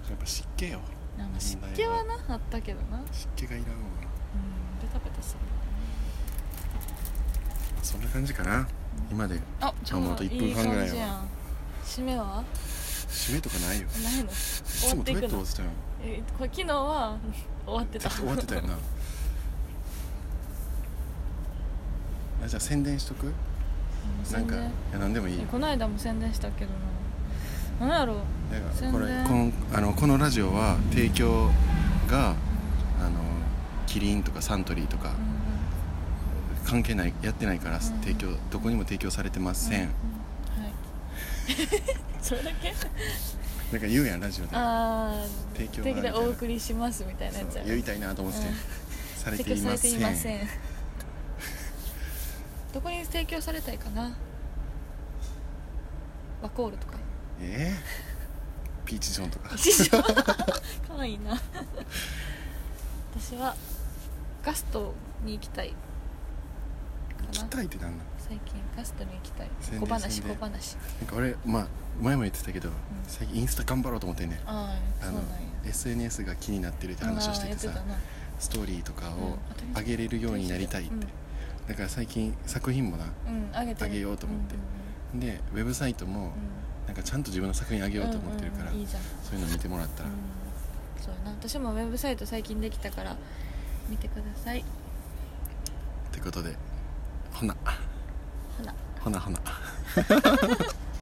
Speaker 1: やっぱ湿気よ
Speaker 2: あまあ湿気はなあったけどなうん
Speaker 1: 湿気がいらんわ
Speaker 2: ベタベタする
Speaker 1: そんな感じかな今で
Speaker 2: あちょう
Speaker 1: あもうあ
Speaker 2: ど
Speaker 1: と
Speaker 2: い
Speaker 1: 一分
Speaker 2: い
Speaker 1: 半ぐら
Speaker 2: 感
Speaker 1: いやわ
Speaker 2: じやん締めは
Speaker 1: 締めとかないよい *laughs*
Speaker 2: ないの
Speaker 1: つ
Speaker 2: 終わ
Speaker 1: も
Speaker 2: っ
Speaker 1: ど
Speaker 2: て
Speaker 1: う
Speaker 2: い
Speaker 1: やって終わっ
Speaker 2: くの
Speaker 1: てたよ
Speaker 2: えこれ昨日は *laughs* 終わってた
Speaker 1: 終わってた
Speaker 2: *laughs*
Speaker 1: よなあじゃあ宣伝しとくなんかい
Speaker 2: 宣
Speaker 1: や何でもいい
Speaker 2: 伝
Speaker 1: よ
Speaker 2: えこの間も宣伝したけどななんやろう
Speaker 1: だから
Speaker 2: 宣伝
Speaker 1: これこのあのこのラジオは提供があのキリンとかサントリーとか
Speaker 2: うんうん
Speaker 1: 関係ないやってないから
Speaker 2: ん
Speaker 1: 提供どこにも提供されてません、
Speaker 2: はい
Speaker 1: *laughs*
Speaker 2: それだけ
Speaker 1: なんか言うやんラジオで
Speaker 2: ああ
Speaker 1: 提供は
Speaker 2: 定期でお送りしますみたいなやつ
Speaker 1: そ
Speaker 2: や
Speaker 1: う言いたいなと思ってて、
Speaker 2: うん
Speaker 1: されて
Speaker 2: 提供
Speaker 1: い
Speaker 2: さ
Speaker 1: ま
Speaker 2: れ
Speaker 1: せ
Speaker 2: て
Speaker 1: ん
Speaker 2: いませんどこに提供されたいかなワコー
Speaker 1: *laughs*
Speaker 2: ルとか
Speaker 1: えーピーチジョンとか
Speaker 2: 一緒かわいいな私はガストに行きたい
Speaker 1: 期
Speaker 2: かな
Speaker 1: 待ってなんだ
Speaker 2: 最近ガストに行きたい
Speaker 1: 宣伝
Speaker 2: 小話
Speaker 1: 宣
Speaker 2: 小
Speaker 1: 伝
Speaker 2: 話
Speaker 1: なんか俺まあ前も言ってたけど、最近インスタ頑張ろうと思ってんね
Speaker 2: あ
Speaker 1: あ
Speaker 2: あそう
Speaker 1: の
Speaker 2: なんや
Speaker 1: SNS が気になってるって話をしてて
Speaker 2: あ
Speaker 1: さ
Speaker 2: ー言って
Speaker 1: ストーリーとか
Speaker 2: うん
Speaker 1: を
Speaker 2: あと見て
Speaker 1: 上げれるようになりたいって、
Speaker 2: うん
Speaker 1: だから最近作品もな
Speaker 2: たなうんあげてる
Speaker 1: あげようと思って
Speaker 2: うんうんうん
Speaker 1: でウェブサイトもなんかちゃんと自分の作品あげようと思ってるから、
Speaker 2: うんうんいいじゃん、
Speaker 1: そういうの見てもらったら、
Speaker 2: うん、そうやな私もウェブサイト最近できたから見てください
Speaker 1: ってことでほな
Speaker 2: ほな
Speaker 1: ほなほな